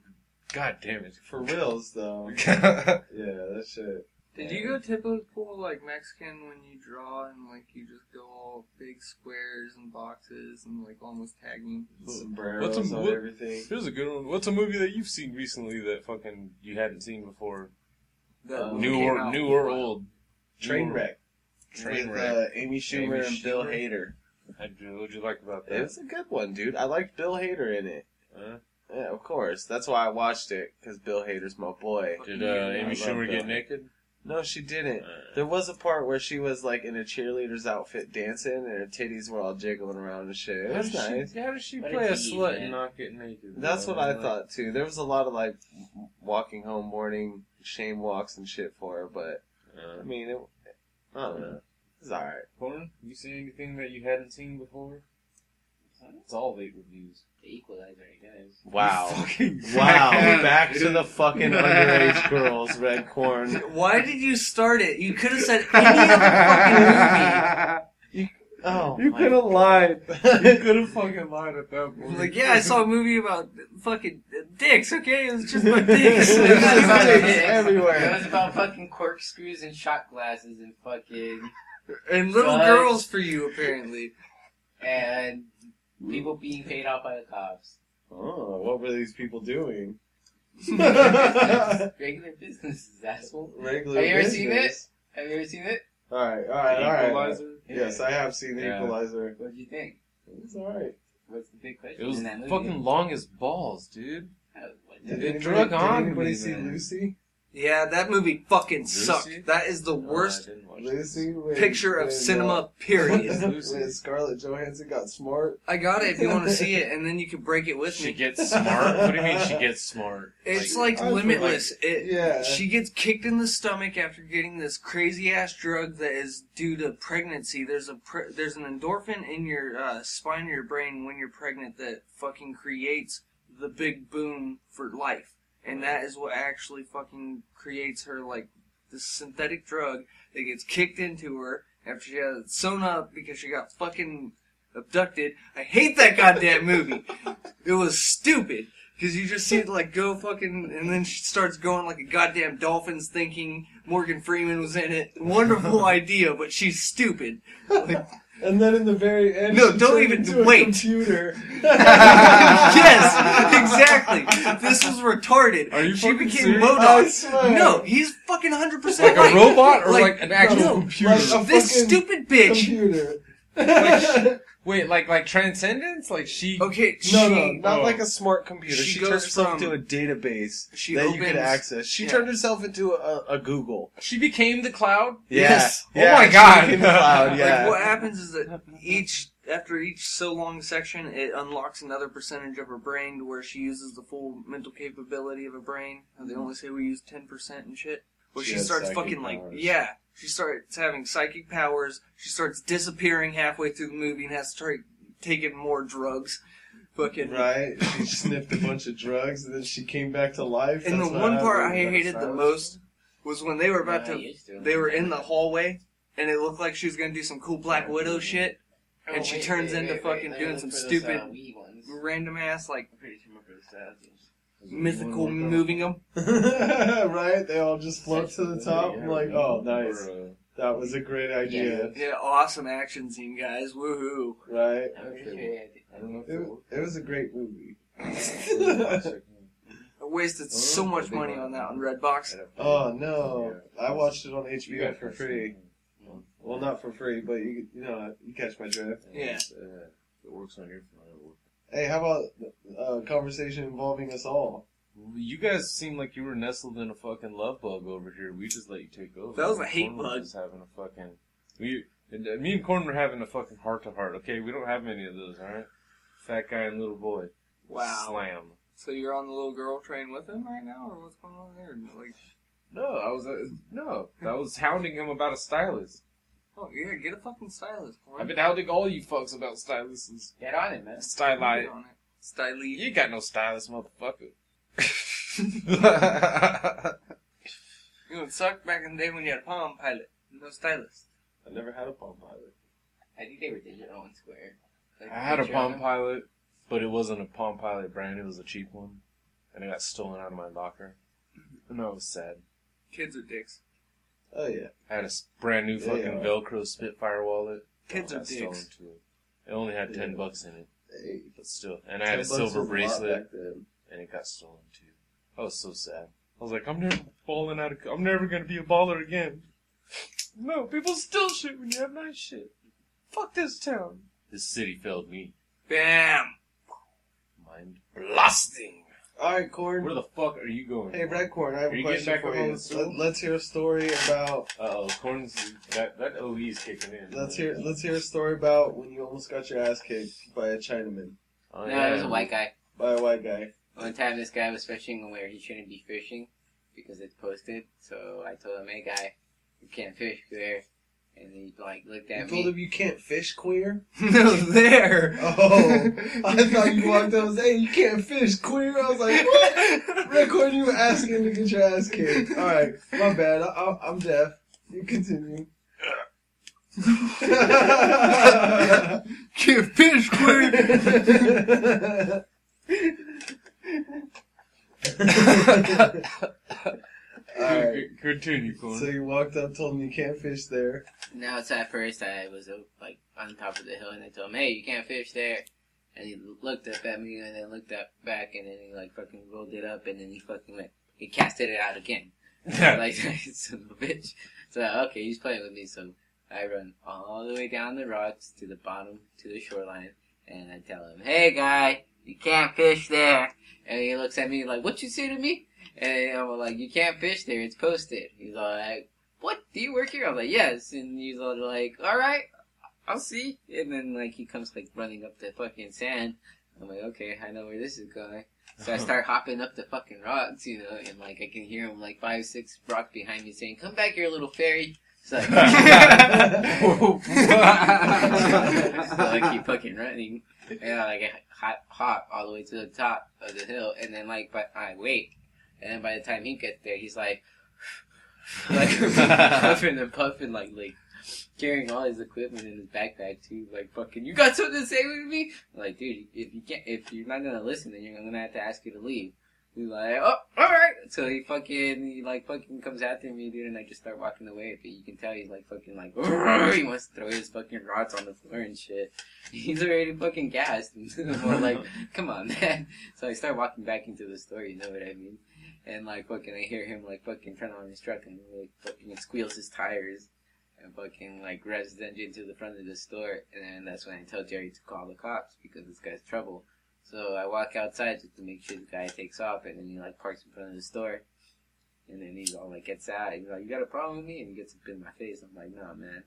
D: God damn it.
B: For reals, though.
E: (laughs)
D: For
B: Yeah, that shit.
E: Did you go typical like Mexican when you draw and like you just go all big squares and boxes and like almost tagging?
B: Sombreros
D: What's a-
B: on
D: what-
B: everything.
D: Here's a good one. What's a movie that you've seen recently that fucking you hadn't seen before?
E: That
B: Uh,
D: New
E: came
D: or
E: out.
D: new or old?
B: Trainwreck.
D: Trainwreck.
B: With, uh, Amy Schumer
D: Amy
B: and Bill
D: Schumer?
B: Hader.
D: How'd you- What'd you like about
B: It
D: that?
B: was a good one, dude. I liked Bill Hader in it.
D: Huh?
B: Yeah, of course. That's why I watched it because Bill Hader's my boy.
D: Did uh,
B: I
D: Amy
B: love
D: Schumer get
B: that.
D: naked?
B: No, she didn't.
D: Uh,
B: There was a part where she was like in a cheerleader's outfit dancing, and her titties were all jiggling around and shit. It
D: how, does
B: was
D: she,
B: nice.
D: how does she
C: What a
D: play a
C: tease,
D: slut
C: man.
D: and not get naked? Uh,
B: That's
D: though?
B: what I
D: Like,
B: thought too. There was a lot of like w- walking home morning shame walks and shit for her, but I
D: Uh,
B: mean, it, I don't know. It's all right.
D: porn? You seen anything that you hadn't seen before? It's all late reviews. (laughs)
C: The Equalizer, you guys.
B: Wow.
D: Fucking
B: Wow. (laughs)
D: Yeah.
B: Back to the fucking underage girls, red corn.
E: Why did you start it? You could have (laughs) said any other
B: (laughs) Oh,
D: (laughs) You
B: my-
D: could have
E: (laughs)
D: lied. You could have fucking lied at that
E: fucking movie.
D: point.
E: Like, yeah, I saw a movie about fucking dicks. Okay, it was just (laughs) about dicks. It was about
B: Dicks
E: dicks.
B: everywhere.
C: It was about fucking corkscrews and shot glasses and fucking
E: and little
C: Guys.
E: girls for you, apparently.
C: and people being paid off by the cops.
B: Oh, what were these people doing? Regular
C: Regular business (laughs) is asshole. Have you ever seen Have you ever seen it?
B: All right, all right, all right.
D: Equalizer?
B: Yes, I have seen the
D: Yeah.
B: Equalizer.
C: What do you think?
B: It's all right.
C: What's the big question?
D: It was
C: in that movie?
D: fucking long as balls, dude.
C: Uh, what
D: Did
C: the-
D: it
B: anybody-
D: drug
B: did
D: on
B: anybody
D: me,
B: see
D: man.
B: Lucy?
E: Yeah, that movie fucking
D: Lucy? Oh,
E: sucked. That is the worst
D: No, I didn't watch
B: Lucy. When,
E: picture of
B: when, uh,
E: cinema,
B: (laughs)
E: period. (laughs)
B: when Scarlett Johansson got smart.
E: I got it if you want to see it, and then you can break it with
D: She
E: me.
D: gets smart. What do you mean she gets smart?
E: (laughs) It's like,
B: I was
E: limitless. it,
B: Yeah.
E: She gets kicked in the stomach after getting this crazy ass drug that is due to pregnancy. There's a pre- there's an endorphin in your uh, spine, or your brain when you're pregnant that fucking creates the big boom for life, and that is what actually fucking creates her like this synthetic drug that gets kicked into her after she got sewn up because she got fucking abducted. I hate that goddamn movie. it was stupid. Because you just see it like go fucking, and then she starts going like a goddamn dolphins thinking Morgan Freeman was in it.
B: (laughs)
E: Wonderful idea, but she's stupid. Like,
B: and then in the very end,
E: No,
B: she
E: don't
B: turned
E: even-
B: into a
E: wait.
B: Computer.
E: (laughs) yes, exactly. This was retarded.
D: Are you
E: she
D: fucking
E: became
D: serious?
B: I
E: Modoc.
B: swear.
E: No, he's fucking hundred percent
D: Like a robot or like,
E: Like,
D: an actual
E: no,
D: computer?
B: like a-
E: This
B: fucking
E: stupid bitch.
B: Computer. (laughs)
D: Wait, like like transcendence? Like she?
E: Okay, she,
B: No, no, not
D: oh.
B: like a smart computer.
E: She
B: She, turns
E: goes
B: herself
E: from-
B: into a database
E: She
B: that you could
E: opens-
B: access. She
E: yeah.
B: turned herself into a, a Google.
D: She became the cloud.
B: Yeah.
E: Yes.
D: Oh
B: Yeah,
D: my
B: she
D: God.
B: became the cloud,
E: (laughs) Like
B: Oh, yeah.
E: what happens is that each after each so long section, it unlocks another percentage of her brain to where she uses the full mental capability of a brain. And they only say we use ten percent and shit. Where
B: She
E: she,
B: has
E: starts
B: psychic
E: fucking like
B: powers.
E: yeah, she starts having psychic powers. She starts disappearing halfway through the movie and has to start taking more drugs. Fucking
B: Right? She sniffed a bunch of drugs and then she came back to life.
E: And
B: That's
E: the
B: what
E: one part I
B: happened.
E: hated the most was when they were about
C: Nah,
E: to
C: you're still-
E: they were in the hallway and it looked like she was gonna do some cool Black Widow shit.
C: Oh,
E: and she
C: wait,
E: turns
C: wait,
E: into
C: wait, wait,
E: fucking
C: let me
E: doing
C: look
E: some
C: for those,
E: stupid-
C: uh, Wii ones.
E: Random ass like
C: I'm pretty sure my first
E: mythical moving them.
B: (laughs) right? They all just float to the top. I'm like, oh,
D: uh,
B: nice. That was a great idea.
E: Yeah, awesome action scene, guys. Woohoo.
B: Right?
C: I'm pretty sure I did.
D: I don't know.
B: It, it was a great movie.
D: uh, (laughs)
E: I wasted
D: Oh,
E: so much
D: they
E: money
D: were-
E: on that on Redbox.
B: (laughs) oh, no. I watched it on
D: You
B: HBO
D: got
B: for free. Well, not for free, but you, you know, you catch my drift.
E: Yeah.
D: uh, It works on your phone.
B: Hey, how about a conversation involving us all?
D: You guys seem like you were nestled in a fucking love bug over here. We just let you take over.
E: That was a hate
D: Corn
E: bug.
D: Was having a fucking we. And, uh, me and Corn were having a fucking heart to heart. Okay, we don't have many of those. All right, fat guy and little boy.
E: Wow.
D: Slam.
E: So you're on the little girl train with him right now, or what's going on there? Like,
D: No, I was uh, no. I was hounding him about a stylist.
E: oh yeah, get a fucking stylist. Corey.
D: I've been hounding all you fucks about stylists.
C: Get on it, man.
E: Get
D: Stylite.
E: on it. Stylee.
D: You ain't got no stylist, motherfucker.
E: You know, it sucked back in the day when you had a Palm Pilot, no stylist.
B: I never had a palm pilot.
C: I think they were digital and square. Like,
D: I had a
C: picture on
D: Palm
C: them.
D: Pilot, but it wasn't a Palm Pilot brand. It was a cheap one, and it got stolen out of my locker, and I was sad.
E: Kids are dicks.
B: Oh yeah.
D: I had a s- brand new
B: Yeah,
D: fucking
B: yeah.
D: Velcro Spitfire wallet.
E: Kids
D: It
E: are
D: got stolen
E: dicks.
D: too. It only had ten
B: Yeah.
D: bucks in it,
B: Hey,
D: but still. And I had a
B: $10 was
D: silver
B: lot
D: bracelet,
B: back then.
D: and it got stolen too. I was so sad. I was like, I'm never balling out. Of, I'm never gonna be a baller again. (laughs) No, people still shoot when you have nice shit. Fuck this town. This city failed me.
E: Bam.
D: Mind blasting.
B: All right,
D: Where
B: corn.
D: the fuck are you going?
B: Hey, red corn. I have
D: Are
B: a
D: you
B: question
D: getting back
B: for
D: up on
B: you.
D: the stool?
B: Let, us hear a story about.
D: Uh oh, corn's that that OE's kicking in.
B: Let's hear. Let's hear a story about when you almost got your ass kicked by a Chinaman,
D: Oh,
C: No, it was a white guy.
B: by a white guy.
C: One time, this guy was fishing where he shouldn't be fishing because it's posted. So I told him, "Hey, guy, you can't fish there." And he like looked
B: You
C: at
B: told
C: me.
B: him you can't fish,
E: (laughs)
B: queer.
E: no, there.
B: (laughs) Oh,
E: (laughs)
B: I thought you walked up and said, "Hey, you can't fish, queer." I was like, "What?"
E: (laughs)
B: Red corn, you were asking to get your ass kicked. All right, my bad. I, I, I'm deaf. You continue.
E: (laughs) Can't
B: (laughs)
E: fish, (laughs) Corey.
B: Alright.
D: Continue, corn. (laughs)
B: So you walked up, told him you can't fish (laughs) there.
C: No, so at first I was uh, like on top of the hill, and I told him, "Hey, you can't fish there." And he looked up at me and then looked up back and then he like fucking rolled it up and then he fucking went, he casted it out again. (laughs)
B: (laughs)
C: like, son of a bitch. So, okay, he's playing with me. So I run all the way down the rocks to the bottom, to the shoreline, and I tell him, hey guy, you can't fish there. And he looks at me like, what you say to me? And I'm like, you can't fish there, it's posted. He's all like, what, do you work here? I was like, yes. And he's all like, alright, I'll see. And then like he comes like running up the fucking sand. I'm like, okay, I know where this is going. So I start hopping up the fucking rocks, you know, and like I can hear him like five, six rocks behind me saying, "Come back here, little fairy." So
D: (laughs)
C: I, (laughs) so I keep fucking running, and I like hop, hop all the way to the top of the hill, and then like, but I wait, and then by the time he gets there, he's like, (laughs) like (laughs) puffing and puffing, like like carrying all his equipment in his backpack too. Like fucking, you got something to say with me? I'm like, dude, if you can't, if you're not gonna listen, then you're gonna have to ask you to leave. He's like, oh, all right. So he fucking, he like fucking comes after me, dude, and I just start walking away. But you can tell he's like fucking like, (laughs) he wants to throw his fucking rods on the floor and shit. He's already fucking gassed. (laughs) I'm like, come on, (laughs) man. So I start walking back into the store. You know what I mean? And like fucking, I hear him like fucking turn on his truck and like fucking squeals his tires and fucking like revs his engine to the front of the store, and then that's when I tell Jerry to call the cops because this guy's trouble. So I walk outside just to make sure the guy takes off, and then he like parks in front of the store, and then he's all like gets out, and he's like, "You got a problem with me?" and he gets up in my face. I'm like, "No, man,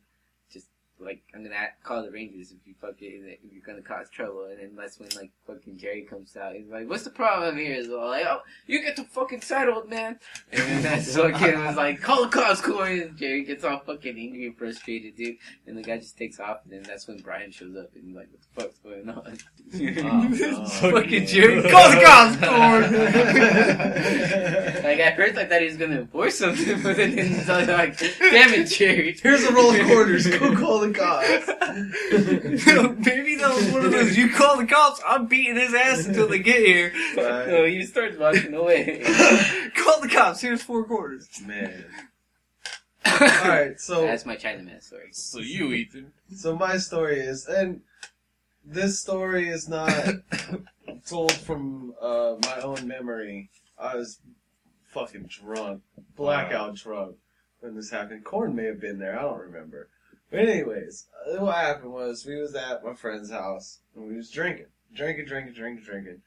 C: just like I'm gonna act, call the Rangers if you fucking if you're gonna cause trouble." And then that's when like fucking Jerry comes out. He's like, "What's the problem here?" He's all like, "Oh, you get the fucking side, old man." And then that's fucking was like, call the cops, Corey. And Jerry gets all fucking angry and frustrated, dude. And the guy just takes off, and then that's when Brian shows up, and he's like, what the fuck's going on? (laughs) Oh,
B: Oh, (laughs)
C: fucking Jerry, call the cops, Corey! like, at first I thought he was gonna enforce something, (laughs) but then he's all
B: (laughs)
C: like, damn it, Jerry.
B: Here's a roll of quarters. Go call the cops.
E: (laughs)
B: (laughs)
E: Maybe that was one of those. You call the cops. I'm beating his ass until they get here.
B: Right.
C: (laughs) So he starts walking
B: (laughs)
C: away.
E: Call the cops. Here's four quarters.
B: Man. All
C: Alright.
B: right. So
C: That's my Chinaman story.
D: so you, Ethan.
B: So my story is, and this story is
E: (coughs)
B: not told from uh, my own memory. I was fucking drunk, blackout drunk, when this happened. Corn may have been there. I don't remember. But anyways, uh, what happened was we was at my friend's house and we was drinking, drinking, drinking, drinking, drinking,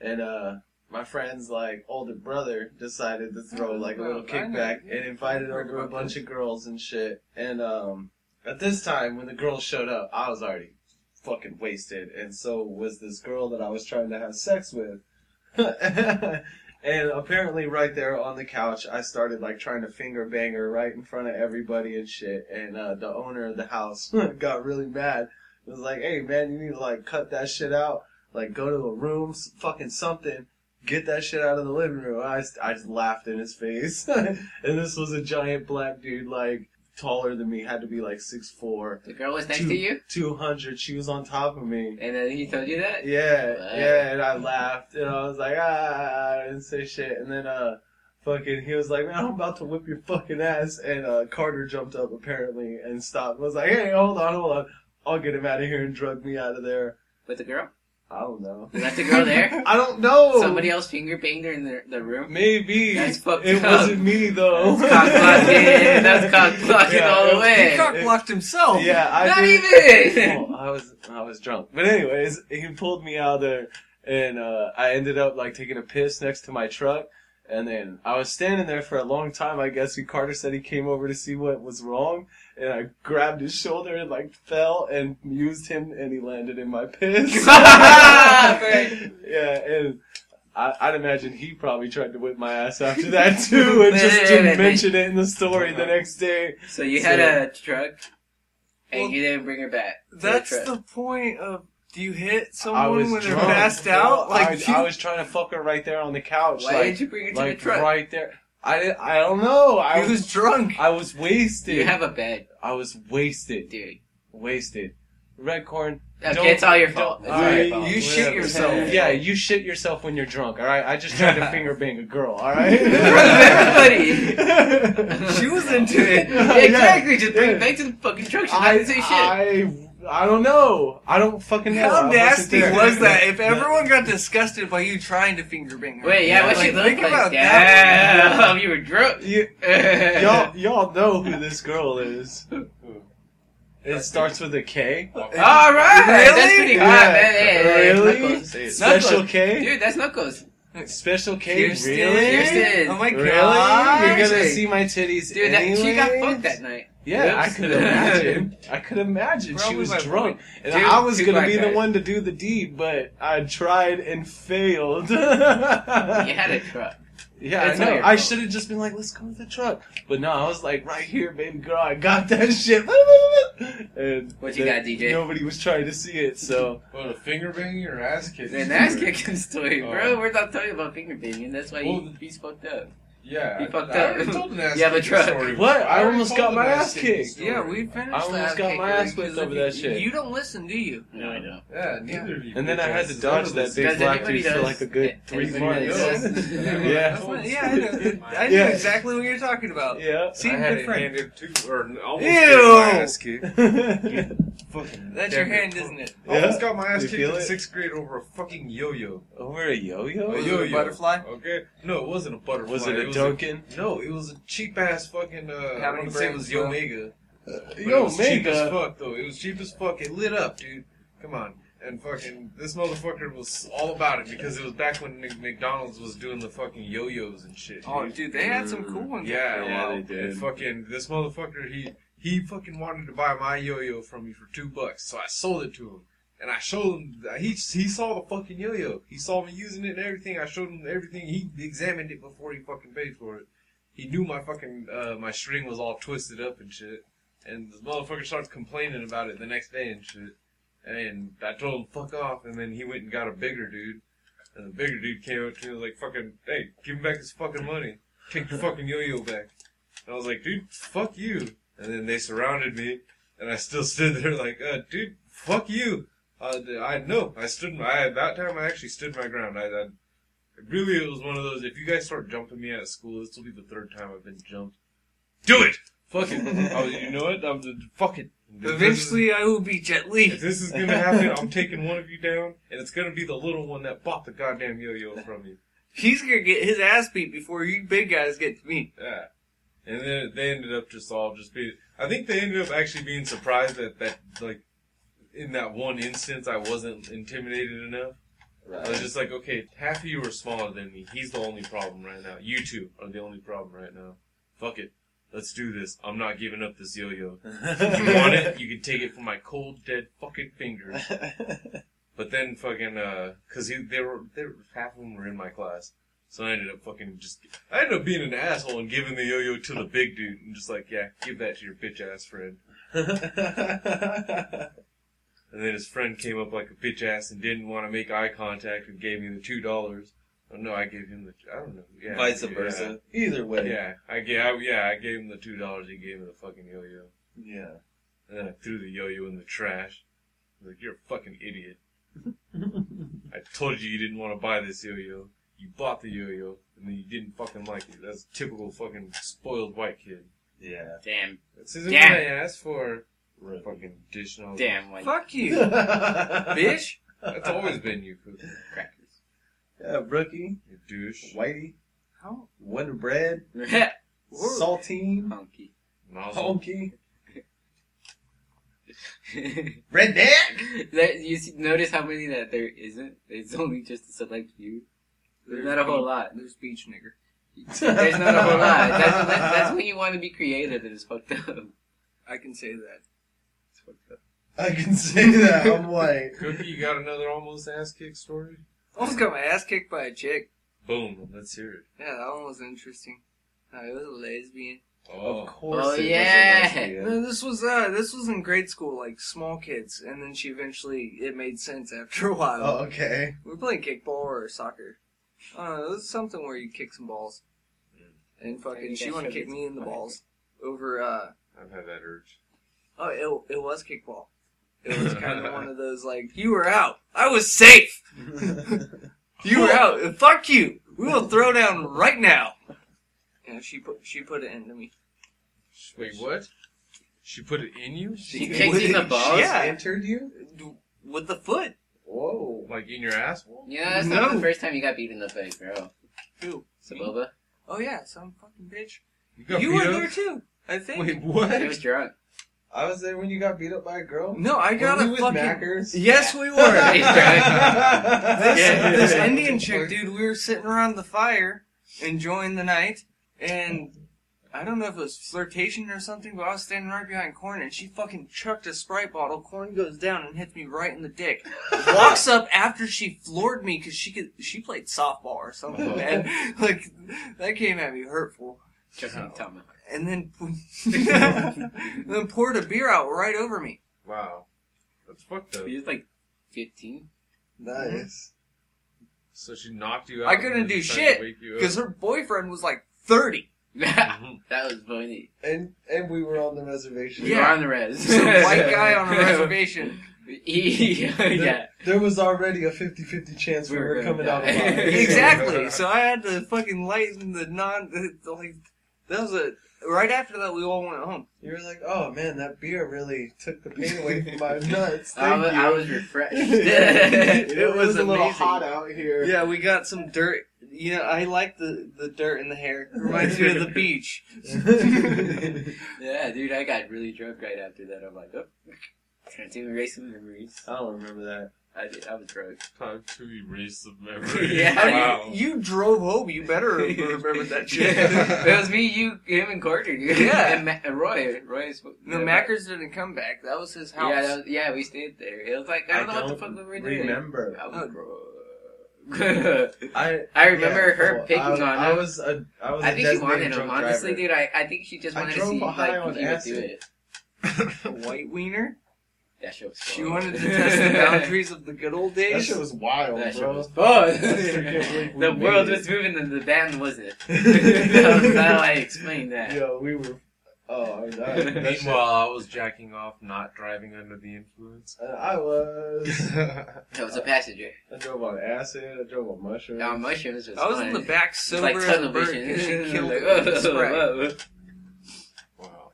B: and uh. My friend's like older brother decided to throw like a little
E: Oh, I know.
B: kickback and invited
E: Heard
B: over a
E: about
B: bunch of girls and shit. And um, at this time, when the girls showed up, I was already fucking wasted, and so was this girl that I was trying to have sex with. (laughs) and apparently, right there on the couch, I started like trying to finger bang her right in front of everybody and shit. And uh, the owner of the house (laughs) got really mad. It was like, "Hey, man, you need to like cut that shit out. Like, go to a room, s- fucking something." Get that shit out of the living room. I, s- I just laughed in his face. (laughs) and this was a giant black dude, like, taller than me, had to be like six four.
C: The girl was next to you,
B: 200. She was on top of me.
C: and then he told you that?
B: Yeah,
C: Wow.
B: yeah, and I laughed, and I was like, ah, I didn't say shit. And then, uh, fucking, he was like, man, I'm about to whip your fucking ass. And, uh, Carter jumped up apparently and stopped. Was like, hey, hold on, hold on. I'll get him out of here and drug me out of there.
C: With the girl?
B: I don't know.
C: You left the
B: (laughs)
C: girl there?
B: I don't know.
C: Somebody else finger banged her in the, the room.
B: Maybe.
C: That's fucked
B: it
C: up.
B: wasn't me though.
C: That's cock blocking. That's cock blocking
B: (laughs) Yeah.
C: all the
E: He
C: way.
E: cock blocked himself.
B: Yeah, I
C: Not
B: did-
C: even.
B: (laughs) Well, I was I was drunk, but anyways, he pulled me out of there, and uh, I ended up like taking a piss next to my truck, and then I was standing there for a long time. I guess and Carter said he came over to see what was wrong, and I grabbed his shoulder and like fell and used him, and he landed in my
C: (laughs)
B: piss. (laughs) yeah, and. I, I'd imagine he probably tried to whip my ass after that too, and just didn't mention it in the story the next day.
C: So you had a truck, and you didn't bring her back. to
E: That's
C: the truck.
E: the point of. Do you
B: I
E: hit someone
B: was
E: when they're
B: drunk.
E: passed out?
B: Well, I,
E: Like
B: was-
E: you-
B: I was trying to fuck her right there on the couch,
C: Why
B: like,
C: did you bring her to
B: like
C: the truck?
B: right there. I didn't- I don't know. I
E: he
B: was,
E: was drunk.
B: I was wasted.
C: You have a bed,
B: I was wasted,
C: dude.
B: wasted. Red corn.
C: Okay,
B: Don't-
C: it's all your fault. It's
B: don't-
C: all your
B: Alright,
C: fault.
E: you shit
B: whatever.
E: yourself.
B: (laughs) Yeah, you shit yourself when you're drunk. All right, I just tried
E: (laughs)
B: to finger bang a girl. All right,
C: Everybody.
B: (laughs)
E: She was into it.
C: Yeah, exactly. Just bring
B: yeah.
C: it back to the fucking truck. She's not
B: I,
C: gonna say shit.
B: I I don't know. I don't fucking know. I
E: How
B: wasn't
E: nasty
B: there.
E: was that? If everyone got disgusted by you trying to finger bang her.
C: Wait, yeah, what
E: like,
C: she looked
E: think
C: like?
E: about
C: Damn,
E: that.
C: (laughs) you were drunk.
B: You, y'all, y'all know who this girl is. It starts with a K.
C: (laughs) All right, that's
E: Really?
C: pretty hot,
B: Yeah.
C: man. Hey, hey, hey,
B: Really?
C: Knuckles.
B: Special
C: Knuckles.
B: K.
C: Dude, that's Knuckles.
B: Special K.
E: Kirsten.
C: (laughs)
B: Really?
C: Kirsten.
E: Oh my
B: Really?
E: god.
B: You're gonna
C: Seriously.
B: see my titties
C: Dude, that, she got
B: anyways?
C: fucked that night.
B: Yeah, I
C: Oops.
B: could
C: (laughs)
B: imagine. I could imagine.
E: Probably
B: she was
E: my
B: drunk. And I
C: Dude,
B: was
C: two
B: going to
C: black
B: be the
C: guys.
B: one to do the deed, but I tried and failed. (laughs)
C: You had a truck.
B: yeah, I
C: It's not
B: know.
C: your
B: I
C: fault.
B: should have just been like, let's go to the truck. But no, I was like, right here, baby girl, I got that (laughs) shit. and
C: What you
B: the-
C: got, DJ?
B: Nobody was trying to see it, so.
D: What, a finger banging or ass kicking?
C: An ass kicking story, bro.
D: Oh.
C: We're not talking about finger banging. That's why
D: Well,
C: he, he's fucked up.
D: Yeah.
C: He fucked
D: I
C: up.
D: already told an
E: (laughs)
D: ass
C: You have a
D: kicking
C: truck.
D: story.
B: What? I
D: already
B: almost
D: told
B: got
D: an
B: my
D: ass
B: ass
D: kicking
B: kicked.
D: story.
E: Yeah, we finished
B: I
E: that.
B: almost got my ass whipped over that shit.
E: You don't listen, do you?
C: No, I don't.
D: Yeah, neither of you.
B: And then I had to
D: bitches.
B: dodge
D: None
B: that
D: of
B: big
C: Does
B: black
C: anybody
B: dude for
C: does-
B: like a good
C: a-
B: three
C: anybody
B: months.
D: does?
B: Yeah.
E: That's what- yeah, I know, I know
B: Yeah.
E: exactly what you're talking
B: (laughs)
E: about.
B: Yeah.
E: See,
D: I had
E: good
D: it
E: friend.
D: handed to, or almost
E: Ew.
D: got my ass kicked.
B: (laughs) Fucking
E: That's your hand, isn't it?
D: I
B: Yeah.
D: almost got my ass
B: You
D: kicked
B: feel
D: in
B: it?
D: sixth grade over a fucking yo-yo.
B: Over Oh, a yo-yo?
D: A
E: Was it a
D: yo-yo.
E: butterfly?
D: Okay. No, it wasn't a butterfly.
B: Was it a
D: a-
B: Duncan?
D: No, it was a cheap ass fucking. Uh,
E: How
D: I
E: many
D: want to say it was
E: brands, bro?
D: Yomega. But it
B: Yo,
D: was
B: (laughs)
D: cheap as
B: mega.
D: fuck though. It was cheap as fuck. It lit up, dude. Come on. And fucking this motherfucker was all about it because it was back when Mc- McDonald's was doing the fucking yo-yos and shit.
E: Oh,
D: dude.
E: dude, they had some cool ones.
D: Yeah,
F: Yeah,
D: wow.
F: they did.
D: And fucking this motherfucker, he he fucking wanted to buy my yo-yo from me for two bucks, so I sold it to him. And I showed him. He he saw the fucking yo-yo. He saw me using it and everything. I showed him everything. He examined it before he fucking paid for it. He knew my fucking uh, my string was all twisted up and shit. And this motherfucker starts complaining about it the next day and shit. And I told him fuck off. And then he went and got a bigger dude. And the bigger dude came up to me and was like, fucking, hey, give me back this fucking money. Take your fucking yo-yo back. And I was like, dude, fuck you. And then they surrounded me, and I still (laughs) stood there like, uh, dude, fuck you. Uh, d- I no, I stood. my- I that time I actually stood my ground. I, I really it was one of those. If you guys start jumping me out of school, this will be the third time I've been jumped. Do it. Fuck it. I was, you know what? I'm the, fuck it. If this
E: Eventually, I will be Jet Li.
D: is- if this is gonna happen, I'm taking one of you down, and it's gonna be the little one that bought the goddamn yo-yo from you.
E: He's gonna get his ass beat before you big guys get to me.
D: Yeah. And then they ended up just all just being. I think they ended up actually being surprised that that like in that one instance I wasn't intimidated enough. I was
F: Right.
D: just like, okay, half of you are smaller than me. He's the only problem right now. You two are the only problem right now. Fuck it. Let's do this. I'm not giving up this yo-yo. If you want it, you can take it from my cold, dead fucking fingers. But then fucking, uh 'cause cause he, they were, they were, half of them were in my class. So I ended up fucking just, I ended up being an asshole and giving the yo-yo to the big dude and just like, yeah, give that to your bitch ass friend.
B: (laughs)
D: And then his friend came up like a bitch ass and didn't want to make eye contact and gave me the two dollars. Oh no, I gave him the, I don't know. Yeah,
F: Vice
D: yeah,
F: versa. Either
D: Yeah,
F: way.
D: I gave, I, yeah, I gave him the two dollars. He gave me the fucking yo-yo.
F: Yeah.
D: And then I threw the yo-yo in the trash. I was like, you're a fucking
C: (laughs)
D: idiot. I told you you didn't want to buy this yo-yo. You bought the yo-yo, and then you didn't fucking like it. That's typical fucking spoiled white kid.
F: Yeah.
C: Damn,
D: This isn't
C: Damn.
D: what I asked for.
F: Right.
D: Fucking dish and all that.
C: damn, white (laughs)
E: Fuck you, bitch.
D: That's always been you, Cookie.
C: crackers.
F: Yeah, Brookie,
D: You douche.
F: Whitey,
E: How?
F: Wonder Bread,
E: Whoa.
F: Saltine,
C: (laughs) Funky. Oh.
D: Nozzle.
F: Honky,
C: that,
F: Redneck.
C: you see, notice how many that there isn't. It's only just a select few. There's not a whole lot.
E: There's beach nigger.
C: There's not a whole
B: (laughs)
C: lot.
G: (laughs)
C: That's, that's, that's when you want to be creative and it's fucked up.
E: I can say that.
C: It's fucked up.
F: I can say that. I'm white.
D: Cookie, you got another almost ass kick story?
E: Almost got my ass kicked by a chick.
D: Boom. Let's hear it.
E: Yeah, that one was interesting. No, it was a lesbian.
D: Oh.
F: Of course.
C: Oh,
F: it was a
C: yeah.
F: lesbian.
E: No, this was uh, this was in grade school, like small kids, and then she eventually it made sense after a while.
F: Oh, okay.
E: We were playing kickball or soccer. I don't know. It was something where you kick some balls, and fucking
C: you
E: she
C: guys
E: wanted to
C: should
E: kick
C: be-
E: me in the balls over uh
D: I've had that urge.
E: oh it it was kickball. It
C: (laughs)
E: was kind of one of those like you were out. I
G: (laughs)
E: was safe. You were out. Fuck you. We will throw down right now. And she put she put it into me.
D: Wait, what? She put it in you?
C: She kicked in the balls?
E: Yeah.
G: entered you?
E: With the foot.
G: Whoa.
D: Like in your asshole?
C: Yeah, that's not
E: No.
C: the first time you got beat in the face, bro.
E: Who?
C: Saboba.
E: Oh yeah, some fucking bitch.
D: You got
E: you
D: beat
E: were
D: up?
E: (laughs) there too. I think.
C: He
D: Wait, what?
C: was drunk.
G: I was there when you got beat up by a girl?
E: No, I got
G: Were
E: a
G: we with
E: fucking.
G: Mackers?
E: (laughs) Yes,
C: (laughs)
E: we
C: He's
E: were.
C: drunk.
E: this,
C: Yeah.
E: this Indian chick, dude, we were sitting around the fire enjoying the night, and I don't know if it was flirtation or something, but I was standing right behind Corn, and she fucking chucked a Sprite bottle. Corn goes down and hits me right in the dick. Walks up after she floored me because she could she played softball or something,
C: Oh.
E: man. (laughs) Like that came at me hurtful.
C: Just on top of
E: And then, (laughs) then poured a beer out right over me.
D: Wow. That's fucked up.
C: He was like (laughs) 15.
G: Nice.
D: So she knocked you out.
E: I
D: and
E: couldn't
D: then
E: do
D: decided
E: shit,
D: to wake you up. (laughs)
E: Because her boyfriend was like 30.
C: that was funny.
G: And and we were on the reservation.
E: Yeah.
C: You were on the res.
E: Some (laughs) white guy
C: (laughs)
E: on a reservation.
C: He- (laughs)
G: There,
C: yeah.
G: there was already a 50-50 chance we
C: We were
G: were
C: gonna
G: coming out
C: die.
G: alive. (laughs)
E: (laughs) exactly. So I had to fucking lighten the non. The, the, like, that was a. Right after that, we all went home.
G: You were like, oh man, that beer really took the pain away from (laughs) my nuts.
C: I
G: Thank
C: was,
G: you.
C: I was
G: (laughs)
C: refreshed.
B: (laughs)
C: (laughs)
G: it,
C: it,
G: was, a little
C: amazing.
G: hot out here.
E: Yeah, we got some dirt. You know, I like the, the dirt in the hair. Reminds me of the (laughs) beach.
C: Yeah, dude, I got really drunk right after that. I'm like, oh, trying to erase some memories.
G: I don't remember
C: (laughs)
G: that.
C: I, did, I was drunk.
D: Time to erase the
E: (laughs)
D: memory.
C: Yeah.
D: Wow. (laughs)
E: You drove home. You better remember that
C: (laughs)
E: shit. (laughs)
C: it was me, you, him, and Carter, dude.
E: Yeah.
C: (laughs) and, Ma- and Roy. Roy's.
E: No, Mackers didn't come back. That was his house.
C: Yeah, that was, yeah, we stayed there. It was like I don't know what the fuck we were doing.
G: remember.
C: I was drunk.
G: I
C: (laughs) I remember
G: yeah,
C: her
G: well,
C: picking
G: I,
C: on
G: I
C: him.
G: was a I was.
C: I
G: a
C: think she
G: designated
C: wanted him.
G: drunk
C: Honestly,
G: driver.
C: dude, I, I think she just
G: I
C: wanted to
G: drove
C: see
G: high
C: like
G: on
C: if he would
G: acid.
C: do it.
E: White wiener.
C: That shit was. Fun.
E: She
C: (laughs)
E: wanted to test (laughs) the boundaries of the good old
G: That
E: days.
G: shit was wild,
C: That shit
G: bro. (laughs)
C: was (laughs) fun.
G: freaking
C: the
G: weird.
C: world was moving and the band (laughs) wasn't. That's how I explained that.
G: Yo, we were. Oh, that, that shit,
D: Meanwhile, I was jacking off, not driving under the influence.
G: uh, I was.
C: I was a passenger.
G: I drove on acid. I drove on mushrooms.
C: Now mushrooms was
E: I was
C: fun.
E: in the back
C: It was
E: sober
C: like
E: as a bird
C: (laughs)
E: 'cause she
G: (laughs)
C: television.
E: killed
C: Like,
E: it with a
C: oh,
E: Sprite.
C: whoa.
D: (laughs) Wow.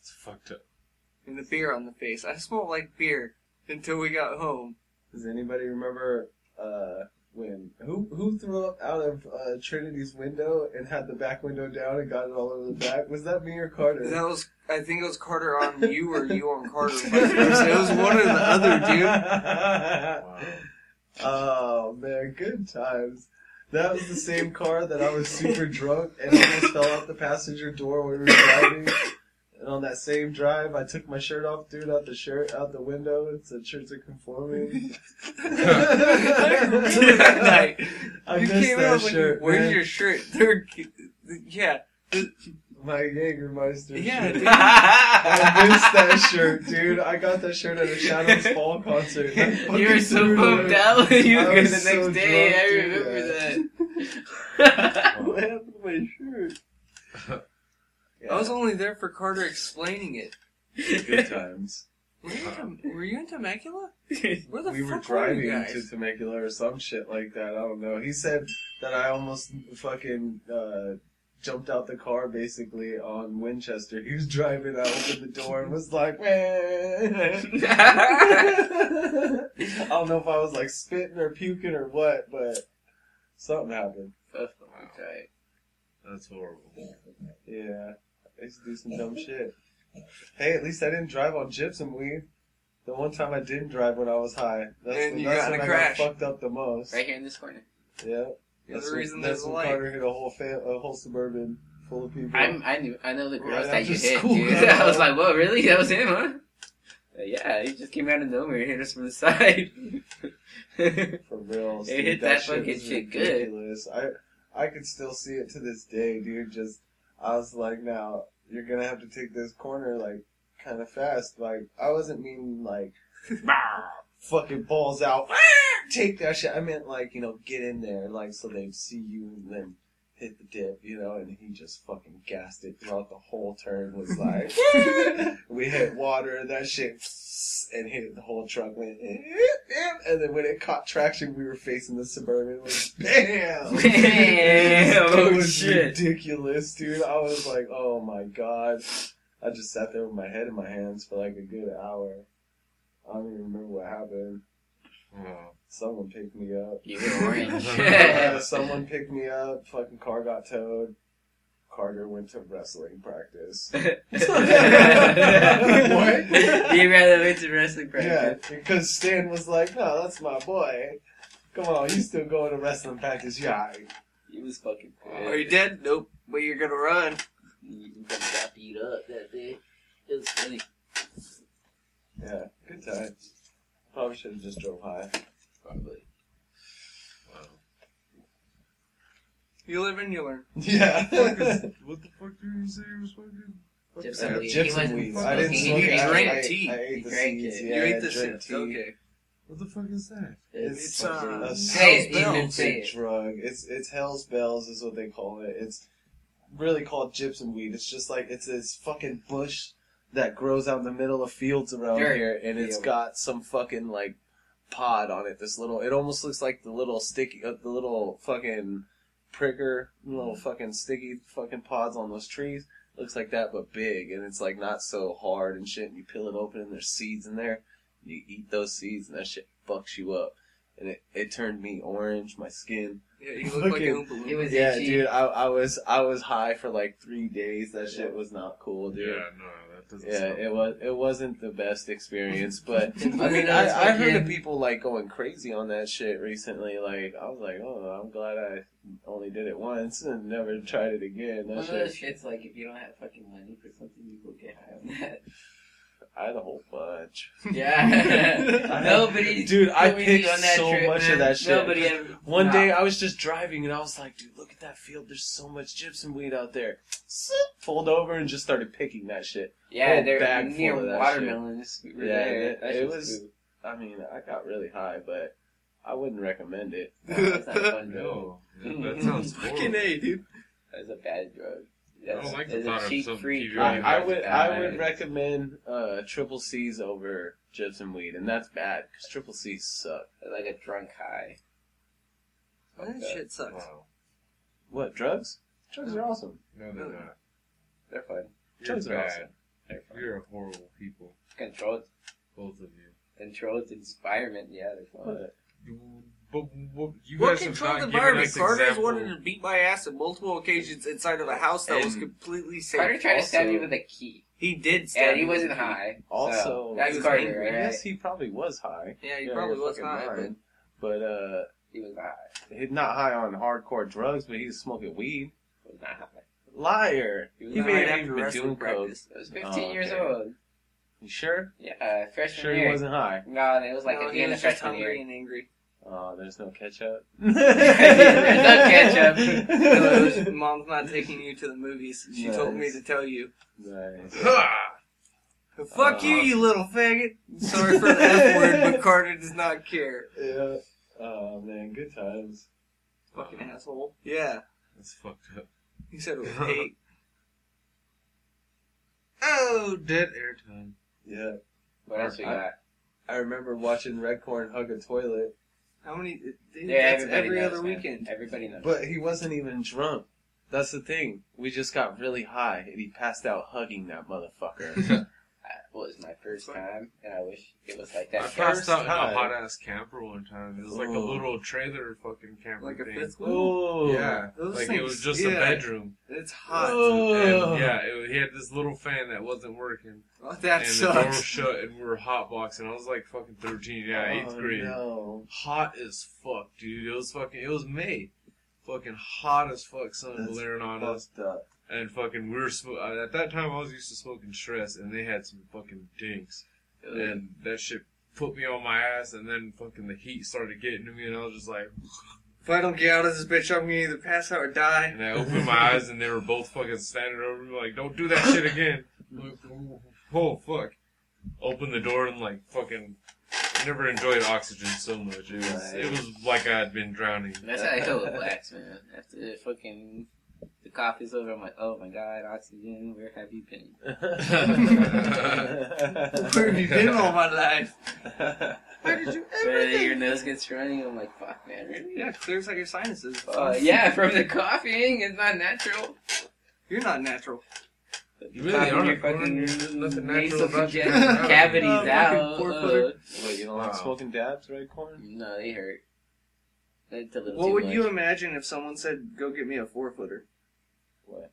D: It's fucked up.
E: and the beer on the face. I smelled like beer until we got home.
G: Does
C: (laughs)
G: anybody remember uh, when who who threw up out of uh, Trinity's window and had the back window down and got it all over the back? Was that me or Carter?
E: That was, I think it was Carter on you or you
G: (laughs)
E: on Carter. vice versa. It was one or the other,
D: Wow.
G: (laughs) Oh man, good times. That was the same car that I was super drunk and almost fell out the passenger door when we were driving. And on that same drive, I took my shirt off, threw it out the shirt out the window, and said shirts are conforming.
E: dude. that night.
G: I
E: you
G: missed
E: came
G: that
E: out like,
G: shirt.
E: where's
G: man.
E: your shirt? They're, yeah.
G: My Jägermeister
E: Yeah,
G: shirt.
C: (laughs)
E: dude.
G: I missed that shirt, dude. I got that shirt at a Shadows Fall
E: (laughs)
G: concert. I
C: You
G: (laughs)
C: were
G: fucking
C: so
G: threw it
C: bummed
G: away.
C: out when you
G: I
C: were the
G: was
C: next
G: so
C: day.
G: drunk,
C: I
G: dude, (laughs)
C: remember that.
G: What happened to my shirt?
E: I was only there for Carter explaining it.
G: good times.
E: Were you in, Tem- were you in Temecula? Where the
G: we were
E: fuck were
G: driving to
E: you guys?
G: Temecula or some shit like that. I don't know. He said that I almost fucking uh, jumped out the car basically on Winchester. He was driving. I opened the door and was like, man. I don't know if I was like spitting or puking or what, but something happened.
C: That's fucking tight.
D: That's horrible.
G: Yeah, I used to do some dumb shit. Hey, at least I didn't drive on gypsum weed. The one time I didn't drive when I was high, that's,
E: And
G: the,
E: you
G: that's
E: got
G: when
E: in a
G: I
E: crash.
G: got fucked up the most.
C: Right here in this corner.
G: Yeah.
E: You're
G: That's
E: the
G: when-
E: reason
G: that's
E: there's a
G: when
E: light.
G: Carter hit a whole fa- a whole suburban full of people.
C: I'm, I knew, I know the girls
G: Right
C: that
G: after
C: you hit,
G: school,
C: dude. (laughs)
G: bro.
C: I was like, whoa, really? That was him, huh? Uh, yeah, he just came out of nowhere and hit us from the side. (laughs)
G: for real.
C: It hit that fucking
G: was
C: shit good.
G: ridiculous. I I could still see it to this day, dude. Just I was like, now you're gonna have to take this corner like kind of fast. Like I wasn't meaning
C: (laughs)
G: like fucking balls out. take that shit. I meant like you know get in there like so they'd see you and then. Hit the dip, you know, and he just fucking gassed it throughout the whole turn. Was like,
C: (laughs)
G: we hit water, that shit, and hit the whole truck. Went, "Eh, and then when it caught traction, we were facing the suburban. It was
C: (laughs)
G: bam.
C: Damn,
G: it
C: oh
G: was
C: shit.
G: ridiculous, dude. I was like, oh my god. I just sat there with my head in my hands for like a good hour. I don't even remember what happened.
D: Wow.
G: Someone picked me up.
C: You
G: (laughs)
C: were orange. (laughs)
G: Uh, Someone picked me up. Fucking car got towed. Carter went to wrestling
C: (laughs)
G: practice. (laughs)
D: What?
C: You rather went to wrestling
G: Yeah,
C: practice.
G: because Stan was like, "No, that's my boy. Come on, you still going to wrestling practice? Yeah,
C: You was fucking
G: Oh,
E: Are you dead? Nope. But you're gonna run.
C: You fucking got beat up that day. It was funny.
G: yeah, good time. Probably should have just drove high. (laughs)
C: Probably.
E: You live and you learn.
C: (laughs)
G: Yeah,
D: What the fuck did you say you was fucking?
C: Gypsum
G: Uh,
C: weed. He
G: gypsum
C: wasn't
G: weed.
C: smoking.
G: I didn't
C: He
G: smoke. it. I,
E: drank
G: I,
E: tea.
G: I ate
C: He
G: the
C: drank
G: seeds.
C: it.
G: Yeah,
E: you
G: I
E: ate the
G: drank
E: shit.
G: tea.
E: Okay.
D: What the fuck is that?
G: It's,
E: It's,
G: fucking
E: uh,
G: a
C: say it,
G: Hell's
C: Ethan,
G: Bells
C: say it.
G: drug. It's it's Hell's Bells is what they call it. It's really called gypsum weed. It's just like it's this fucking bush that grows out in the middle of fields around
C: Dirt.
G: here, and it's
C: Yeah.
G: got some fucking like pod on it. This little, it almost looks like the little sticky, uh, the little fucking pricker, little fucking sticky fucking pods on those trees. Looks like that, but big, and it's like not so hard and shit. And you peel it open, and there's seeds in there. You eat those seeds, and that shit fucks you up. And it, it turned me orange, my skin. (laughs)
E: Yeah, you look like an
G: Fucking-
E: Oompa Loompa.
C: It was
G: Yeah,
C: itchy.
G: dude, I, I was I was high for like three days. That shit was not cool, dude.
D: Yeah, no, that doesn't.
G: Yeah,
D: sound
G: it was it wasn't the best experience, but
C: It's
G: (laughs) I mean,
C: fucking-
G: I, I heard
C: fucking-
G: of people like going crazy on that shit recently. Like, I was like, oh, I'm glad I only did it once and never tried it again.
C: One
G: That
C: of those
G: shit,
C: shits like if you don't have fucking money for something, you go get high
G: (laughs)
C: on that.
G: I had a whole bunch.
C: (laughs) Yeah.
G: I-
C: Nobody.
G: Dude, I
C: nobody
G: picked
C: on that
G: so
C: trip,
G: much
C: man.
G: of that shit.
C: Nobody ever.
G: One
C: Nah.
G: day I was just driving and I was like, dude, look at that field. There's so much gypsum weed out there. Pulled over and just started picking that shit.
C: Yeah,
G: whole
C: they're
G: bag full
C: near
G: of that
C: watermelons. We were
G: Yeah,
C: there.
G: it-
C: That
G: it
C: shit's
G: was-
C: good.
G: I mean, I got really high, but I wouldn't recommend it.
C: No,
G: (laughs)
C: that's not a fun drug.
D: No, that sounds
E: (laughs) fucking
D: horrible.
E: a dude.
C: That's a bad drug. That's,
D: I don't like the
C: that's
D: thought
C: a
D: of
C: cheap
D: some
C: free
D: TV
C: drug.
D: Right,
G: I, I would I would
D: bad.
G: recommend uh, triple C's over gypsum weed, and that's bad because triple C's suck.
C: like a drunk high.
E: That shit sucks.
D: Wow.
G: What drugs? Drugs are awesome.
D: No, they're not.
G: They're fun.
D: You're
G: Drugs are
D: bad.
G: awesome.
C: They're fun.
D: You're a horrible people,
C: Controlled,
D: both of you.
C: controlled environment. Yeah, they're fun.
G: But
D: You- But, but you
E: What
D: guys have not
E: controlled
D: given
E: environment?
D: us
E: Carter's
D: example-
E: wanted to beat my ass on multiple occasions inside of a house that was
G: And-
E: completely safe.
C: Carter tried to stab
G: Also-
C: you with a key,
E: He did stab
C: and he
E: me with
C: wasn't
E: a key.
C: high. so
G: Also-
C: that's
E: He was
C: Carter,
E: angry.
G: I
C: right?
G: guess he probably was high.
E: Yeah, he
G: Yeah,
E: probably
G: you're
E: was
G: fucking
E: high. but-
G: lying. But uh,
C: He was not high.
G: he- not high on hardcore drugs, but he was smoking weed.
C: He was not high.
G: Liar!
C: He was
G: He
C: not
G: may
E: high
G: have
E: after
G: even been
E: wrestling
G: doing coke.
E: practice.
C: I was 15
G: Oh,
C: years
G: okay.
C: old.
G: You (laughs) sure?
C: Yeah, uh, freshman
G: Sure, he
C: year.
G: wasn't high.
C: No, it was like
E: No,
C: at
E: he
C: the end
E: was
C: of
E: just
C: freshman
E: hungry
C: year. (laughs)
E: and angry.
G: Oh, there's no ketchup.
C: There's
E: No, it was, Mom's not taking you to the movies. She told me
G: Nice.
E: to tell you.
G: Nice.
D: Ha!
E: Fuck you, you little faggot. Uh-huh. Sorry for the F word, but (laughs) Carter does not care.
G: Yeah. Oh man, good times.
E: Fucking asshole. Yeah.
D: That's fucked up.
E: He said
D: (laughs)
E: it was hate.
D: Oh, dead air time.
G: Yeah.
C: What else we
G: I-
C: got?
G: I remember watching Redcorn hug a toilet,
E: How many? Dude,
C: Yeah,
E: that's
C: everybody
E: every
C: knows,
E: other
C: man.
E: weekend.
C: Everybody knows.
G: but he wasn't even drunk. That's the thing. We just got really high, and he passed out hugging that motherfucker. (laughs)
C: Uh, well, it was my first time, and I wish it was like that.
D: I
G: first
D: passed out in
G: time.
D: a hot ass camper one time. It was like a
G: Ooh.
D: little trailer fucking camper
E: Like a
D: thing.
E: fifth one.
G: Ooh.
D: Yeah,
E: Those
D: like it
E: things-
D: was just a
E: yeah.
D: bedroom.
E: It's hot.
D: Oh.
G: Ooh.
D: And, yeah, it, was- he had this little fan that wasn't working,
E: Oh, that
D: and the door
E: sucks.
D: shut, and we were hot boxing. I was like fucking thirteen, yeah, eighth
G: Oh,
D: grade.
G: No.
D: Hot as fuck, dude. It was fucking. It was May. Fucking hot as fuck, sun
G: That's
D: blaring on us,
G: Fucked up.
D: and fucking we were smo- uh, at that time. I was used to smoking stress, and they had some fucking dinks and that shit put me on my ass, and then fucking the heat started getting to me, and I was just like,
E: If I don't get out of this bitch, I'm gonna either pass out
D: (laughs)
E: or die.
D: and I opened my eyes, and they were both fucking standing over me, like, don't do that shit again. (laughs) I'm like, oh fuck! Open the door and like fucking. I never enjoyed oxygen so much. It was it was like I had been drowning.
C: That's how I feel with blacks, man. After the fucking the coffee's over, I'm like, oh my god, oxygen, where have you been?
G: Oh.
E: Where have you been all my life?
D: Why did you?
C: Where your nose gets running, I'm like, fuck, man, Uh, really?
E: Yeah, it clears out your sinuses.
C: (laughs) Uh, yeah, from the coughing, it's not natural.
E: You're not natural.
D: You really
C: Popping
D: aren't
C: your
D: corn.
C: fucking
D: There's nothing natural
C: nasal (laughs)
D: about your
C: projection
D: corn.
C: cavities
D: Oh, fucking
C: out.
D: four-footer.
C: Uh,
G: (laughs) Wait, you don't like
D: Wow.
G: smoking dabs, right, Corn?
C: no, they hurt. That's a little
E: What
C: too
E: would
C: much.
E: you imagine if someone said, "Go get me a four footer"?
G: What?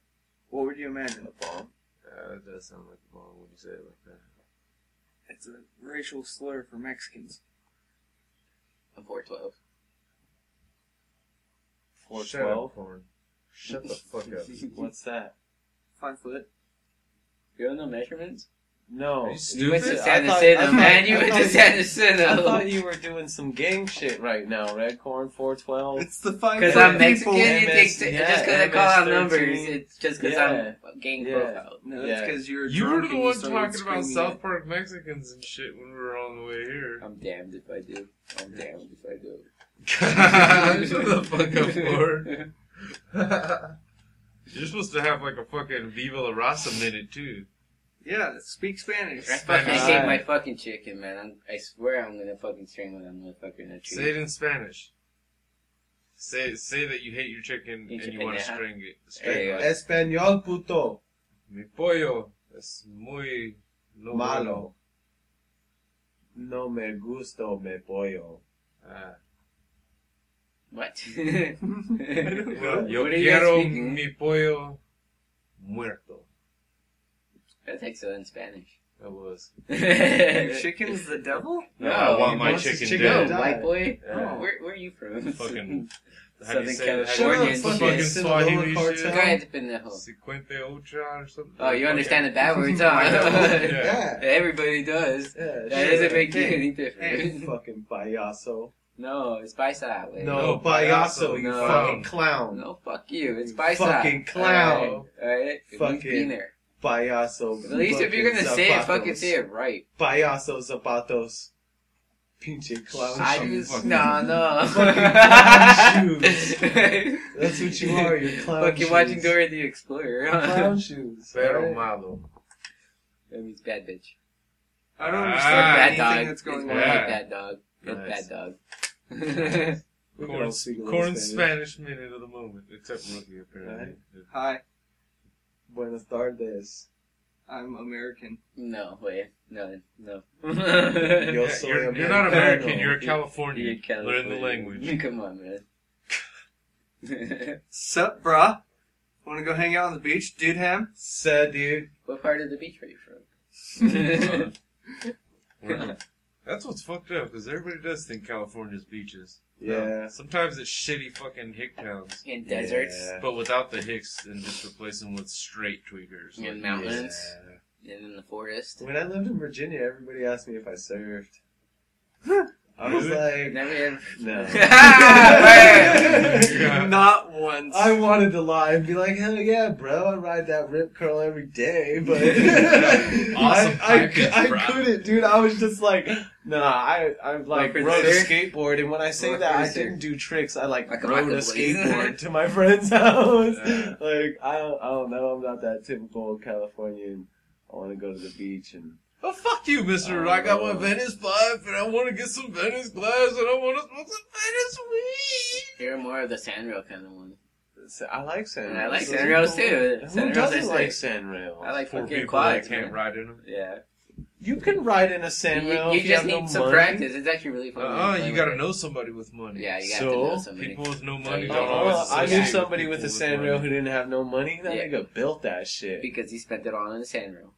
E: What would you
G: A
E: imagine?
G: bomb?
B: Uh, that does sound like a bomb when you say it like that.
E: It's a racial slur for Mexicans.
C: A 412.
G: Four
B: Shut up,
G: twelve?
B: corn. Shut the fuck
C: (laughs)
B: up.
G: What's that?
E: Five foot.
C: You don't know measurements?
G: No.
D: Are you
C: You went to
D: stupid?
G: I
C: San
G: thought- I
C: Jacinto,
G: thought-
C: man. You
G: I
C: went to
G: thought-
C: San Jacinto.
G: I thought you were doing some gang shit right now, Red Corn 412.
E: It's the five.
C: Because
E: foot
C: I'm Mexican,
E: people.
C: you
G: MS,
C: think
G: yeah,
C: just because I call out
G: MS-13.
C: numbers, it's just because I'm gang
G: Yeah.
C: profile.
E: No,
G: Yeah.
E: it's because you're.
D: You were
E: drunk
D: the
E: and
D: one
E: started
D: talking about
E: screaming
D: South Park Mexicans and shit when we were on the way
C: (laughs)
D: here.
C: I'm damned if I do. I'm damned if I do.
D: (laughs) Shut the fuck up,
C: (laughs)
D: (laughs) Lord. You're supposed to have like a fucking Viva La Raza minute too.
E: it. Yeah, speak Spanish.
C: I fucking
D: Spanish.
C: (laughs) hate my fucking chicken, man. I'm, I swear I'm gonna fucking strangle that motherfucker in a tree.
D: Say it in Spanish. Say say that you hate your chicken
C: Eat
D: and
C: your
D: you want to
C: pendeja.
D: string it.
C: There you
D: String
C: go.
D: it.
G: Espanol puto.
D: Mi pollo es muy no bueno.
G: No me gusto me pollo.
D: Ah.
C: What? (laughs)
D: Yo
C: What are you guys
D: quiero
C: speaking?
D: mi pollo muerto.
C: That's excellent Spanish. (laughs)
D: That was.
E: Your
C: no,
E: chicken's the devil.
D: No, I want
C: you
D: my
G: want
D: chicken,
G: chicken
D: dead.
G: dead.
C: white boy.
D: Yeah.
C: Where, where are you from? (laughs)
D: Fucking- How do you
C: Southern
D: say that?
C: California.
D: Shut up, fucking
C: shit.
D: Swahili
C: Go
D: shit.
C: ahead, pendejo.
D: Cinquenta ocho or something.
C: Oh, you
D: Okay.
C: understand the bad (laughs) words,
D: I know.
C: huh?
D: (laughs) Yeah.
C: Everybody does.
G: Yeah,
C: That
G: shut
C: doesn't
G: up.
C: make you
G: Hey,
C: any
G: Hey,
C: different.
G: fucking payaso.
C: No, it's paisa. Wait.
G: No,
D: No,
G: payaso, you
C: no.
G: fucking clown.
C: No, fuck you. It's
G: You
C: paisa.
G: fucking clown.
C: Alright?
G: Fucking-
C: Fucking. Been there.
G: Payaso.
C: At least if you're gonna
G: fucking
C: say it,
G: zapatos.
C: fucking say it right.
G: Payaso zapatos. Pinche clown
C: I
G: shoes.
C: just no, no. (laughs)
G: Fucking clown shoes. That's what you are, you're clown
C: Fucking
G: shoes.
C: watching Dora the Explorer. (laughs) huh?
G: Clown shoes. Eh,
D: Pero
G: right?
D: malo.
C: That means bad bitch.
E: I don't
D: Ah,
E: understand
C: bad
E: anything
C: dog.
E: that's going
C: it's
E: on.
C: more
D: Yeah.
C: like bad dog.
D: Nice.
C: It's bad dog. (laughs)
G: We can all
D: Corn,
G: speak a little
D: corn Spanish minute of the moment, except rookie apparently.
E: Hi,
G: Buenas tardes.
E: I'm American.
C: no way. No. No.
G: Yo
D: Yeah,
G: soy
D: you're, you're
G: americano.
D: not American. You're a
C: You're
D: Californian.
C: California.
D: Learn the
C: (laughs)
D: language.
C: Come on, man. (laughs)
E: Sup, brah? Want to go hang out on the beach, dude? Ham?
G: Sad dude.
C: what part of the beach are you
D: Uh,
G: (laughs)
C: from?
D: we're- That's what's fucked up because everybody does think California's beaches.
G: Yeah.
D: Sometimes it's shitty fucking hick towns,
C: (laughs) In deserts.
G: Yeah.
D: but without the hicks and just replace them with straight tweakers.
C: In
D: (laughs) Like,
C: mountains.
G: Yeah.
C: And in the forest.
G: When I lived in Virginia, everybody asked me if I surfed. I was like,
C: (laughs) Never (laughs) in.
G: no. (laughs)
C: Ah,
D: man. Yeah.
E: Not once.
G: I wanted to lie and be like, hell yeah, bro, I ride that rip curl every day, but
D: Awesome
G: (laughs) I, I,
D: package,
G: cou- I
D: bro.
G: couldn't, dude. I was just like, nah, I, I like
C: Like a
G: rode a
C: surf?
G: skateboard, and when I say
C: Like
G: that,
C: a
G: I
C: surf?
G: didn't do tricks. I like,
C: Like a
G: rode a
C: Michael Blaze.
G: skateboard (laughs) to my friend's house.
D: Yeah.
G: Like, I don't, I don't know, I'm not that typical Californian. I want to go to the beach and
D: Oh fuck you, Mister! I got my Venice pipe, and I want to get some Venice glass, and I want to smoke some Venice weed.
C: You're more of the sandrail kind of one.
G: Sa- I like sand.
C: And I like
G: Those
C: sand rails
G: people-
C: too.
G: Who
C: Sand rails
G: doesn't
C: are
G: like
C: sick.
G: sand rails?
C: I like
D: Poor
C: fucking
D: people that
C: quads.
D: can't
C: man.
D: ride in them.
C: Yeah.
G: You can ride in a sand
C: You,
G: rail.
C: you
G: if
C: just
G: have
C: need
G: no
C: some
G: money.
C: practice. It's actually really fun.
D: Uh-uh,
C: Play
D: you
C: with
D: gotta
C: it.
D: know somebody with money.
C: Yeah, you got
G: So,
C: to know somebody.
D: People with no money
C: Yeah,
D: don't
C: yeah.
D: always.
G: Oh, I
C: associate
G: knew
D: associate
G: somebody
D: people
G: with a sand rail who didn't have no money. That
C: Yeah.
G: nigga built that shit.
C: Because he spent it all on a sandrail.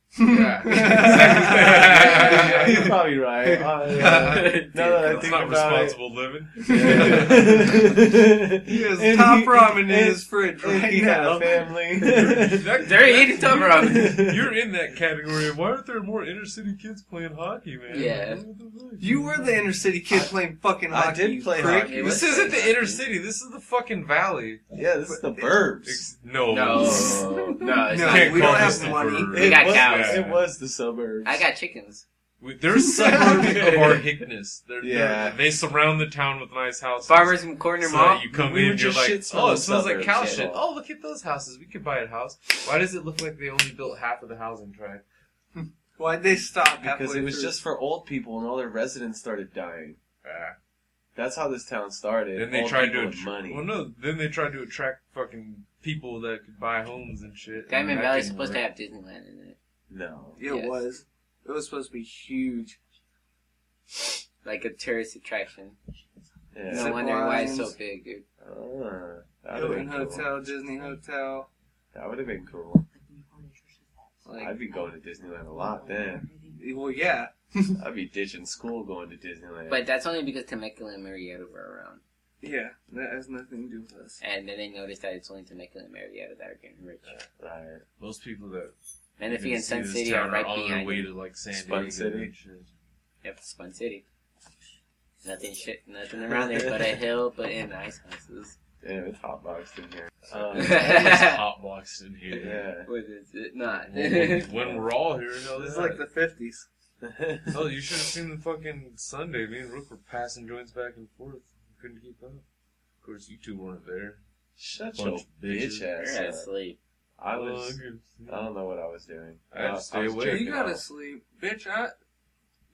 G: Yeah,
D: Yeah.
B: (laughs)
G: You're probably right. Uh,
C: (laughs)
G: yeah. Now that I
D: That's
G: think
D: not
G: about it,
D: responsible living. (laughs)
G: Yeah.
E: (laughs) He has
G: And
E: top
G: he-
E: ramen
G: and-
E: in his fridge
G: and
E: right
G: he had
E: now.
G: a family.
D: That-
C: They're eating top ramen.
D: You're in that category. Why aren't there more inner city kids playing hockey, man?
C: Yeah.
D: What the fuck?
E: You were the inner city kid playing fucking
G: I
E: hockey.
G: did
E: you
G: play
E: prick.
G: hockey.
C: It
D: This
C: was-
D: isn't the inner city. This is the fucking valley.
G: yeah, this is the burbs.
D: Ex- No. (laughs)
C: No. No, it's
E: No,
C: not.
E: we don't
D: call
E: have
D: this the
E: money.
D: burbs.
C: We got
G: was,
C: cows.
G: It was the suburbs.
C: I got chickens.
D: We- They're
G: (laughs)
D: a suburb of our hickness. They're,
G: Yeah.
D: they're- they surround the town with nice houses.
C: Farmers from Corner
D: So
C: Mall.
D: that you come
G: We were
D: in, you're
G: just
D: like,
G: shit smelling
D: oh, it smells like
G: suburbs,
D: cow
G: yeah.
D: shit. Oh, look at those houses. We could buy a house. Why does it look like they only built half of the housing tract?
E: Why'd they stop?
G: because
E: halfway
G: it was
E: through?
G: just for old people, and all their residents started dying.
D: Ah.
G: That's how this town started.
D: Then they
G: Old
D: tried
G: people
D: to
G: with
D: attr-
G: money.
D: Well, no. Then they tried to attract fucking people that could buy homes and shit.
C: Diamond
D: And that
C: Valley's
D: didn't
C: supposed
D: work.
C: to have Disneyland in it.
B: No.
E: It
C: Yes.
E: was. It was supposed to be huge.
C: Like a tourist attraction.
B: Yeah.
C: No
E: Zip
C: wonder why it's so
E: lines.
C: big, dude.
B: Ah, that would have
E: Hilton
B: been cool.
E: Hotel, Disney Hotel.
B: That would have been cool.
E: Like,
B: I'd be going to Disneyland a lot then.
E: well, yeah.
B: I'd be ditching school going to Disneyland.
C: But that's only because Temecula and Marietta were around.
E: Yeah, that has nothing to do with us.
C: And then they noticed that it's only Temecula and Marietta that are getting rich.
B: right.
D: Those people that
C: Menifee
D: even
C: and
D: see
C: Sun
D: this
C: City
D: town
C: are right
D: on their
C: behind
D: way
C: it.
D: to like San
B: Spun
D: Diego
B: City.
D: and shit.
C: Yep, Spun City. Nothing shit,
D: (laughs)
C: nothing around there but a hill, but in ice houses.
B: Yeah, it's hot boxed in
C: (laughs)
B: here. Um,
D: It's
C: what
D: hot boxed in here.
B: yeah.
C: is it? (laughs) Not.
D: When- when we're all here, hell,
E: This
D: this
E: is like the fifties.
D: Oh, you should have seen the fucking Sunday. Me and Rook were passing joints back and forth. Couldn't keep up. Of course, you two weren't there.
B: Shut your
D: Bunch of
B: bitch
D: bitches.
B: ass
C: You're
B: up. (laughs)
C: asleep.
B: I was. I
D: Uh,
B: don't know what I was doing.
D: I had to
B: Uh,
D: stay
B: was
D: awake.
B: jerking
E: You gotta
B: off.
E: sleep, bitch. I,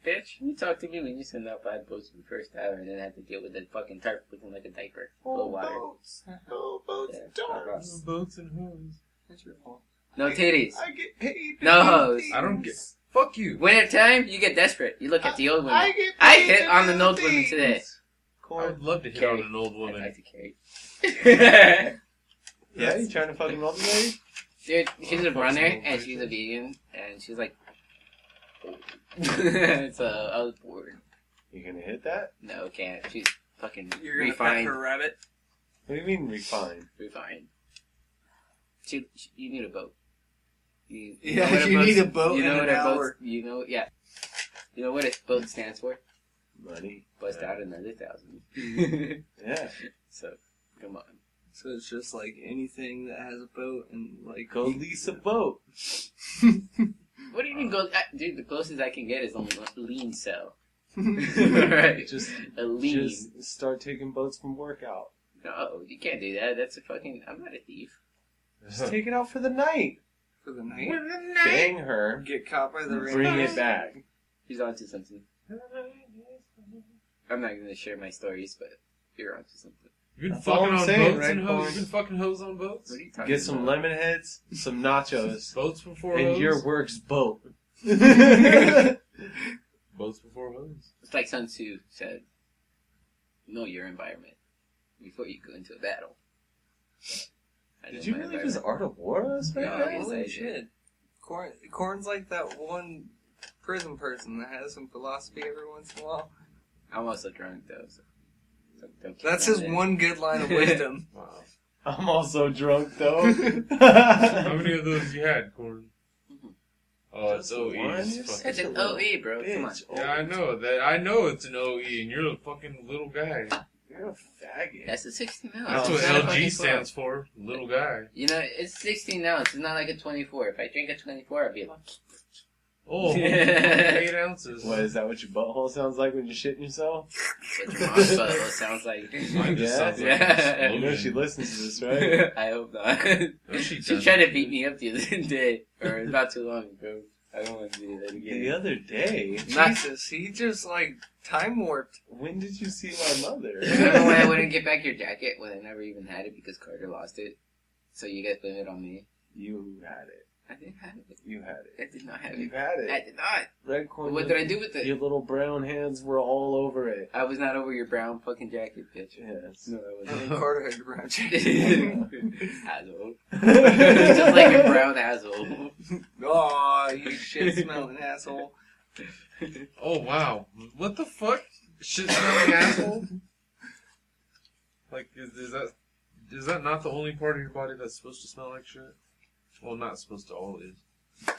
C: Bitch, you talk to me when you send out five boats in the first hour and then have to deal with that fucking tarp looking like a diaper. Full of water.
E: boats.
B: Oh, boats,
C: Yeah.
B: darts.
D: boats and hoes.
E: That's your fault.
C: No titties.
B: I get paid. to
C: No
B: do
C: hoes.
B: things.
D: I don't get. Fuck you.
C: Winter time, you get desperate. You look at the old women.
B: I get.
C: I
B: paid
C: hit
B: to
C: on
B: do
C: an old woman
B: things.
C: today.
D: I
B: Corn.
D: would love to hit
C: Carrie.
D: on an old
C: I'd
D: woman. (laughs)
C: like to carry.
B: Yeah, you trying to fucking love me? lady?
C: (laughs) Dude, she's a
D: Fuck some
C: runner
D: old
C: and she's a vegan and she's like. (laughs) so I was bored.
B: You gonna hit that?
C: No, can't. She's fucking
E: You're gonna pet
C: refined.
E: her rabbit.
B: What do you mean refined?
C: Refined. She, she, you need a boat. You,
E: Yeah,
C: what
E: (laughs) you need a
C: boat's-
E: boat
C: You know
E: and
C: what
E: an
C: a boat.
E: hour.
C: You know, yeah. You know what a boat stands for?
B: Money.
C: Bust
B: Yeah.
C: out another
E: Mm-hmm.
C: thousand. (laughs)
B: Yeah.
C: so, come on.
E: So it's just like anything that has a boat and like
B: Go lease a boat.
C: What do you mean, go, I- dude? The closest I can get is only a lean
E: (laughs)
C: cell.
E: Right.
B: Just,
C: A lean.
B: just start taking boats from workout.
C: No, you can't do that. That's a fucking. I'm not a thief.
B: Just take it out for the night.
E: for the night.
B: Bang her.
E: Get caught by the
B: Bring
E: rain.
B: it back.
C: He's onto something. I'm not gonna share my stories, but you're onto something.
D: You've been
B: That's all
D: fucking
B: I'm
D: on
B: saying,
D: boats
B: right,
D: and hoes.
B: Paul?
D: You've been fucking hoes on boats.
C: What are you talking
B: Get some
C: about?
B: lemon heads, some
D: (laughs)
B: nachos, (laughs)
D: Boats before
B: and
D: hoes.
B: your works boat.
E: (laughs)
D: boats before hoes.
C: It's like Sun Tzu said, know your environment before you go into a battle. I know
B: Did you
C: my
B: really just
C: environment.
B: art of war us right
C: No,
B: now?
C: he's
E: Oh, Holy
C: like-
E: shit. Corn, corn's like that one prison person that has some philosophy every once in a while.
C: I'm also drunk though. So don't- don't
E: That's
C: count
E: his
C: it.
E: one good line (laughs) of wisdom.
D: Wow.
B: I'm also drunk though. (laughs)
D: How many of those you had, Corn?
C: Mhm.
D: (laughs) Oh, it's
B: Just
D: OE.
B: one?
D: It's
B: You're
D: fucking- E.
C: That's an OE, bro. Come on.
B: Bitch, oh,
D: Yeah, I know that. I know it's an OE, and you're a fucking little guy.
B: You're a faggot.
C: That's a 16 ounce.
D: That's
B: Oh,
D: what
C: It's not a fucking
D: LG
C: 12.
D: stands for, little guy.
C: You know, it's 16 ounce. It's not like a 24. If I drink a 24, I'd be like,
D: (laughs) Oh, eight ounces.
B: What is that? What your butthole sounds like when you're shitting yourself?
C: "What's your mom's butt?" What sounds like.
D: Mine just
B: Yeah.
D: sounds like
C: Yeah.
D: an
B: You know she
D: explosion.
B: listens to this, (laughs) right?
C: (laughs) I hope not.
D: No, she
C: She
D: doesn't.
C: tried to beat me up the other (laughs) day, or not too long ago. I don't want to do that
B: the
C: again.
B: other day,
E: Jesus, he just like time (laughs) warped.
B: when did you see my mother?
C: Remember when (laughs) I wouldn't get back your jacket when I never even had it because Carter lost it? So you guys blame it on me?
B: You had it.
C: I didn't have it.
B: You had it.
C: I did not have
B: You
C: it.
B: had
C: I
B: it.
C: did not.
B: Red corn.
C: What did I do with it?
B: Your little brown hands were all over it.
C: I was not over your brown fucking jacket, bitch.
B: Yes.
C: No, I (laughs)
E: And
C: wasn't.
E: then Carter had to branch
C: (laughs) asshole. (laughs) Just like a brown asshole.
E: Aw, you shit (laughs) smelling asshole.
D: Oh wow! What the fuck? Shit smelling asshole. Like is, is that is that not the only part of your body that's supposed to smell like shit? Well, not supposed to. All is.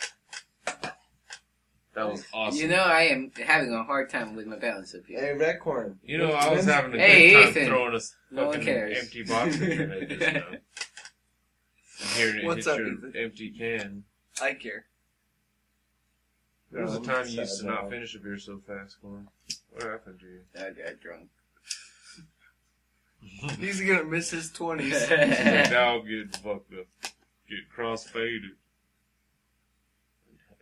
D: That was awesome.
C: You know, I am having a hard time with my balance up here.
B: Hey, red corn.
D: You know, I was having a good
C: Hey,
D: time
C: Ethan.
D: throwing a
C: No one
D: fucking
C: cares.
D: empty box in your head just now. And Here it
E: What's
D: hits
E: up,
D: your
E: Ethan?
D: empty can.
E: I care.
D: There was a
B: Um,
D: time you used to
B: sad
D: not
B: dog.
D: finish a beer so fast, Corn. What happened
C: (laughs)
D: to you?
C: I got drunk.
E: He's gonna miss his (laughs) twenties.
D: Your
C: I
D: dog get fucked up, get crossfaded,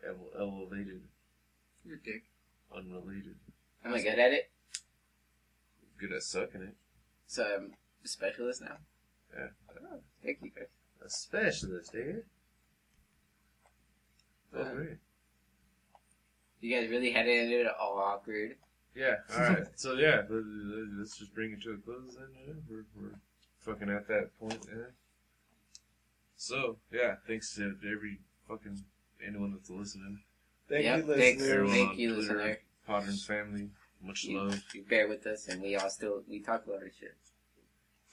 D: Ele- elevated,
E: Your dick.
D: unrelated.
C: am I good at it?
D: Good at sucking it.
C: So I'm a specialist now.
D: Yeah.
C: Thank you guys.
D: That's A specialist, eh? Oh,
C: Uh,
D: great.
C: You guys really had it in it all awkward.
D: Yeah, alright. so, yeah, let- let- let's just bring it to a close then. yeah. We're, we're fucking at that point, yeah. So, yeah, thanks to every fucking anyone that's listening.
G: Thank
B: (laughs)
C: Yep,
G: you,
C: thanks.
G: listener.
D: Everyone
C: Thank
D: on
C: you,
D: Twitter,
C: listener.
D: Potter and family, much
C: You,
D: love.
C: you bear with us, and we all still we talk about our shit.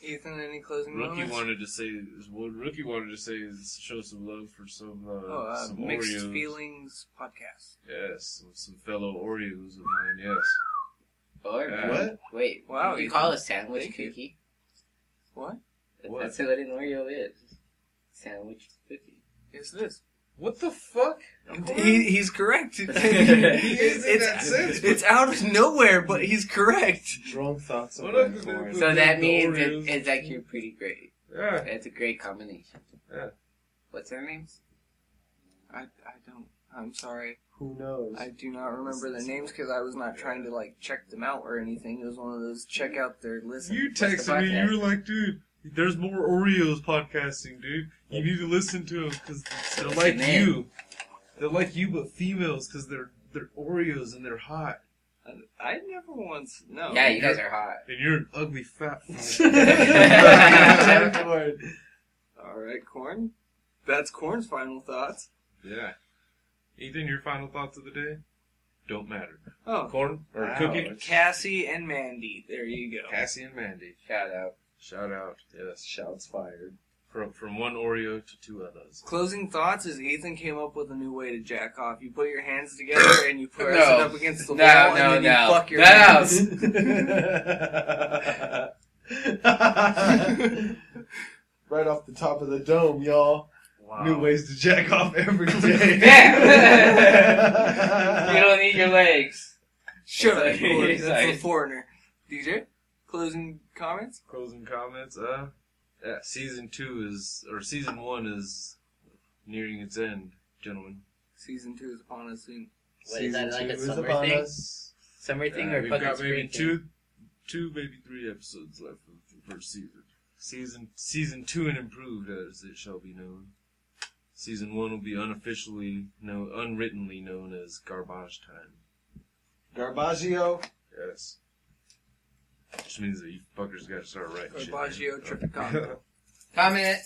E: Ethan, any closing
D: Rookie
E: moments?
D: wanted to say is what Rookie wanted to say is show some love for some uh,
E: oh, uh,
D: some
E: mixed
D: Oreos.
E: feelings podcast.
D: Yes, with some fellow Oreos of mine. Yes.
C: Or
D: Yeah.
G: What?
C: wait,
E: Wow,
C: Uh, you
E: you-
C: call a sandwich
G: thank you.
C: cookie?
E: What?
D: What?
C: That's what an Oreo is. Sandwich cookie.
E: Yes, it is.
B: What the fuck?
E: He, he's correct.
B: is in that
E: it's,
B: sense. but-
E: it's out of nowhere, but he's correct.
G: Drone thoughts
B: What
G: on
B: up,
G: that
B: dude?
G: for us.
C: So
B: the-
C: that
B: the
C: means it,
B: Oreos.
C: it's actually pretty great.
D: Yeah.
C: That's a great combination.
D: Yeah.
C: What's their names?
E: I, I don't. I'm sorry.
G: Who knows?
E: I do not remember their names because I was not trying to like check them out or anything. It was one of those check out their list.
D: You
C: the
D: texted me.
C: podcast?
D: You were like, dude, there's more Oreos podcasting, dude. You need to listen to them because they're
C: What's
D: like
C: the name?
D: you. They're like you, but females because they're they're Oreos and they're hot.
E: I never once. No.
C: yeah, you guys are hot.
D: And you're an ugly fat. (laughs)
C: I-
G: Lord.
E: All right, corn. That's corn's final thoughts.
D: yeah. Ethan, your final thoughts of the day? Don't matter.
E: Oh,
D: Corn or
G: Wow.
D: cookie?
E: Cassie and Mandy. There you go.
D: Cassie and Mandy.
C: Shout out.
D: Shout out. Yes.
G: Shouts fired.
D: From from one Oreo to two others.
E: Closing thoughts is Ethan came up with a new way to jack off. You put your hands together and you press it up against the
C: No,
E: wall
C: no,
E: and then
C: no.
E: you fuck your
C: No.
B: (laughs)
E: hands.
G: right off the top of the dome, y'all.
D: Wow.
G: New ways to jack off every day. (laughs)
C: Yeah. You don't need your legs.
E: Shut up,
C: It's like-
E: Corn.
C: it's
E: That's a
C: like-
E: foreigner. DJ, closing comments?
D: closing comments. Uh, yeah, season two is or season one is nearing its end, gentlemen.
E: Season two is upon us soon.
C: What is that,
G: Season
C: like a
G: two is
C: summer
G: upon
C: thing?
G: us.
C: Summer thing
D: Uh,
C: or
D: we've
C: fucking
D: got maybe
C: spring thing?
D: two, two maybe three episodes left of the first season. Season season two and improved as it shall be known. Season one will be unofficially, no, unwrittenly known as garbage time.
G: Garbaggio.
D: Yes. Which means that you fuckers gotta start writing shit. man.
E: Garbaggio Trippicato.
C: Comment.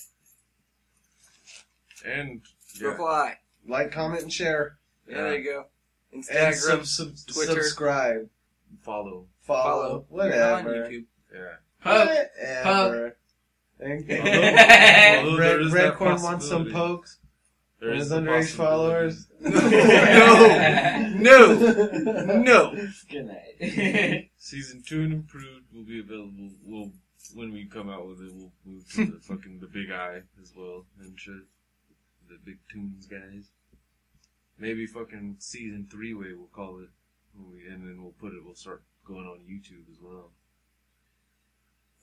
D: and yeah,
E: Reply.
G: Like, comment, and share.
E: Yeah, there you go.
G: And
E: Instagram,
G: sub, sub,
E: Twitter.
G: subscribe.
D: follow.
G: Follow.
E: follow. You're
G: Whatever.
E: on YouTube.
D: Yeah. (laughs)
C: Poke.
G: Whatever. Thank (laughs) you.
D: Although- although there
G: Red,
D: is
G: Red
D: that
G: Corn wants some
D: possibility.
G: pokes. (laughs)
D: There
G: With
D: is
G: his
D: the
G: underage followers.
E: No. No. No.
C: (laughs) Good night. (laughs)
D: Season two and improved will be available. We'll when we come out with it, we'll move to the fucking the big eye as well and shit. The big tunes guys. Maybe fucking season three way we'll call it, When we- and then we'll put it. We'll start going on YouTube as well.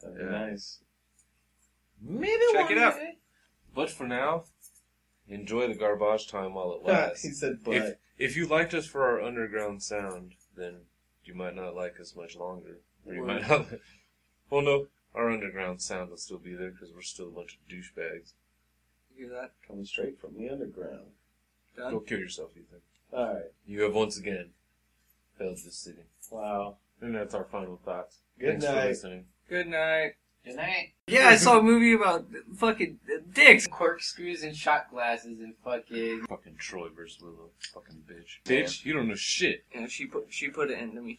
G: That'd be (laughs)
D: Yeah.
G: nice.
D: Maybe
E: Check it out.
D: But for now, enjoy the garbage time
G: (laughs)
D: while it
G: he
D: lasts.
G: said, but.
D: if if you liked us for our underground sound, then you might not like us much longer. Or you
E: Word.
D: might not. (laughs) Well, no, our underground sound will still be there because we're still a bunch of douchebags.
E: You hear
G: Coming straight from the underground.
E: that? Done?
D: Go kill yourself, Ethan.
G: Alright.
D: You have once again failed this city.
G: Wow.
D: And that's our final thoughts.
G: Good
D: Thanks
G: night.
D: for listening.
E: Good night.
C: Good night.
E: Yeah, I saw a movie about fucking dicks.
C: Corkscrews and shot glasses and fucking.
D: Fucking Troy versus Willow. Fucking bitch. Bitch, you don't know shit.
E: Yeah, she put she put it into me.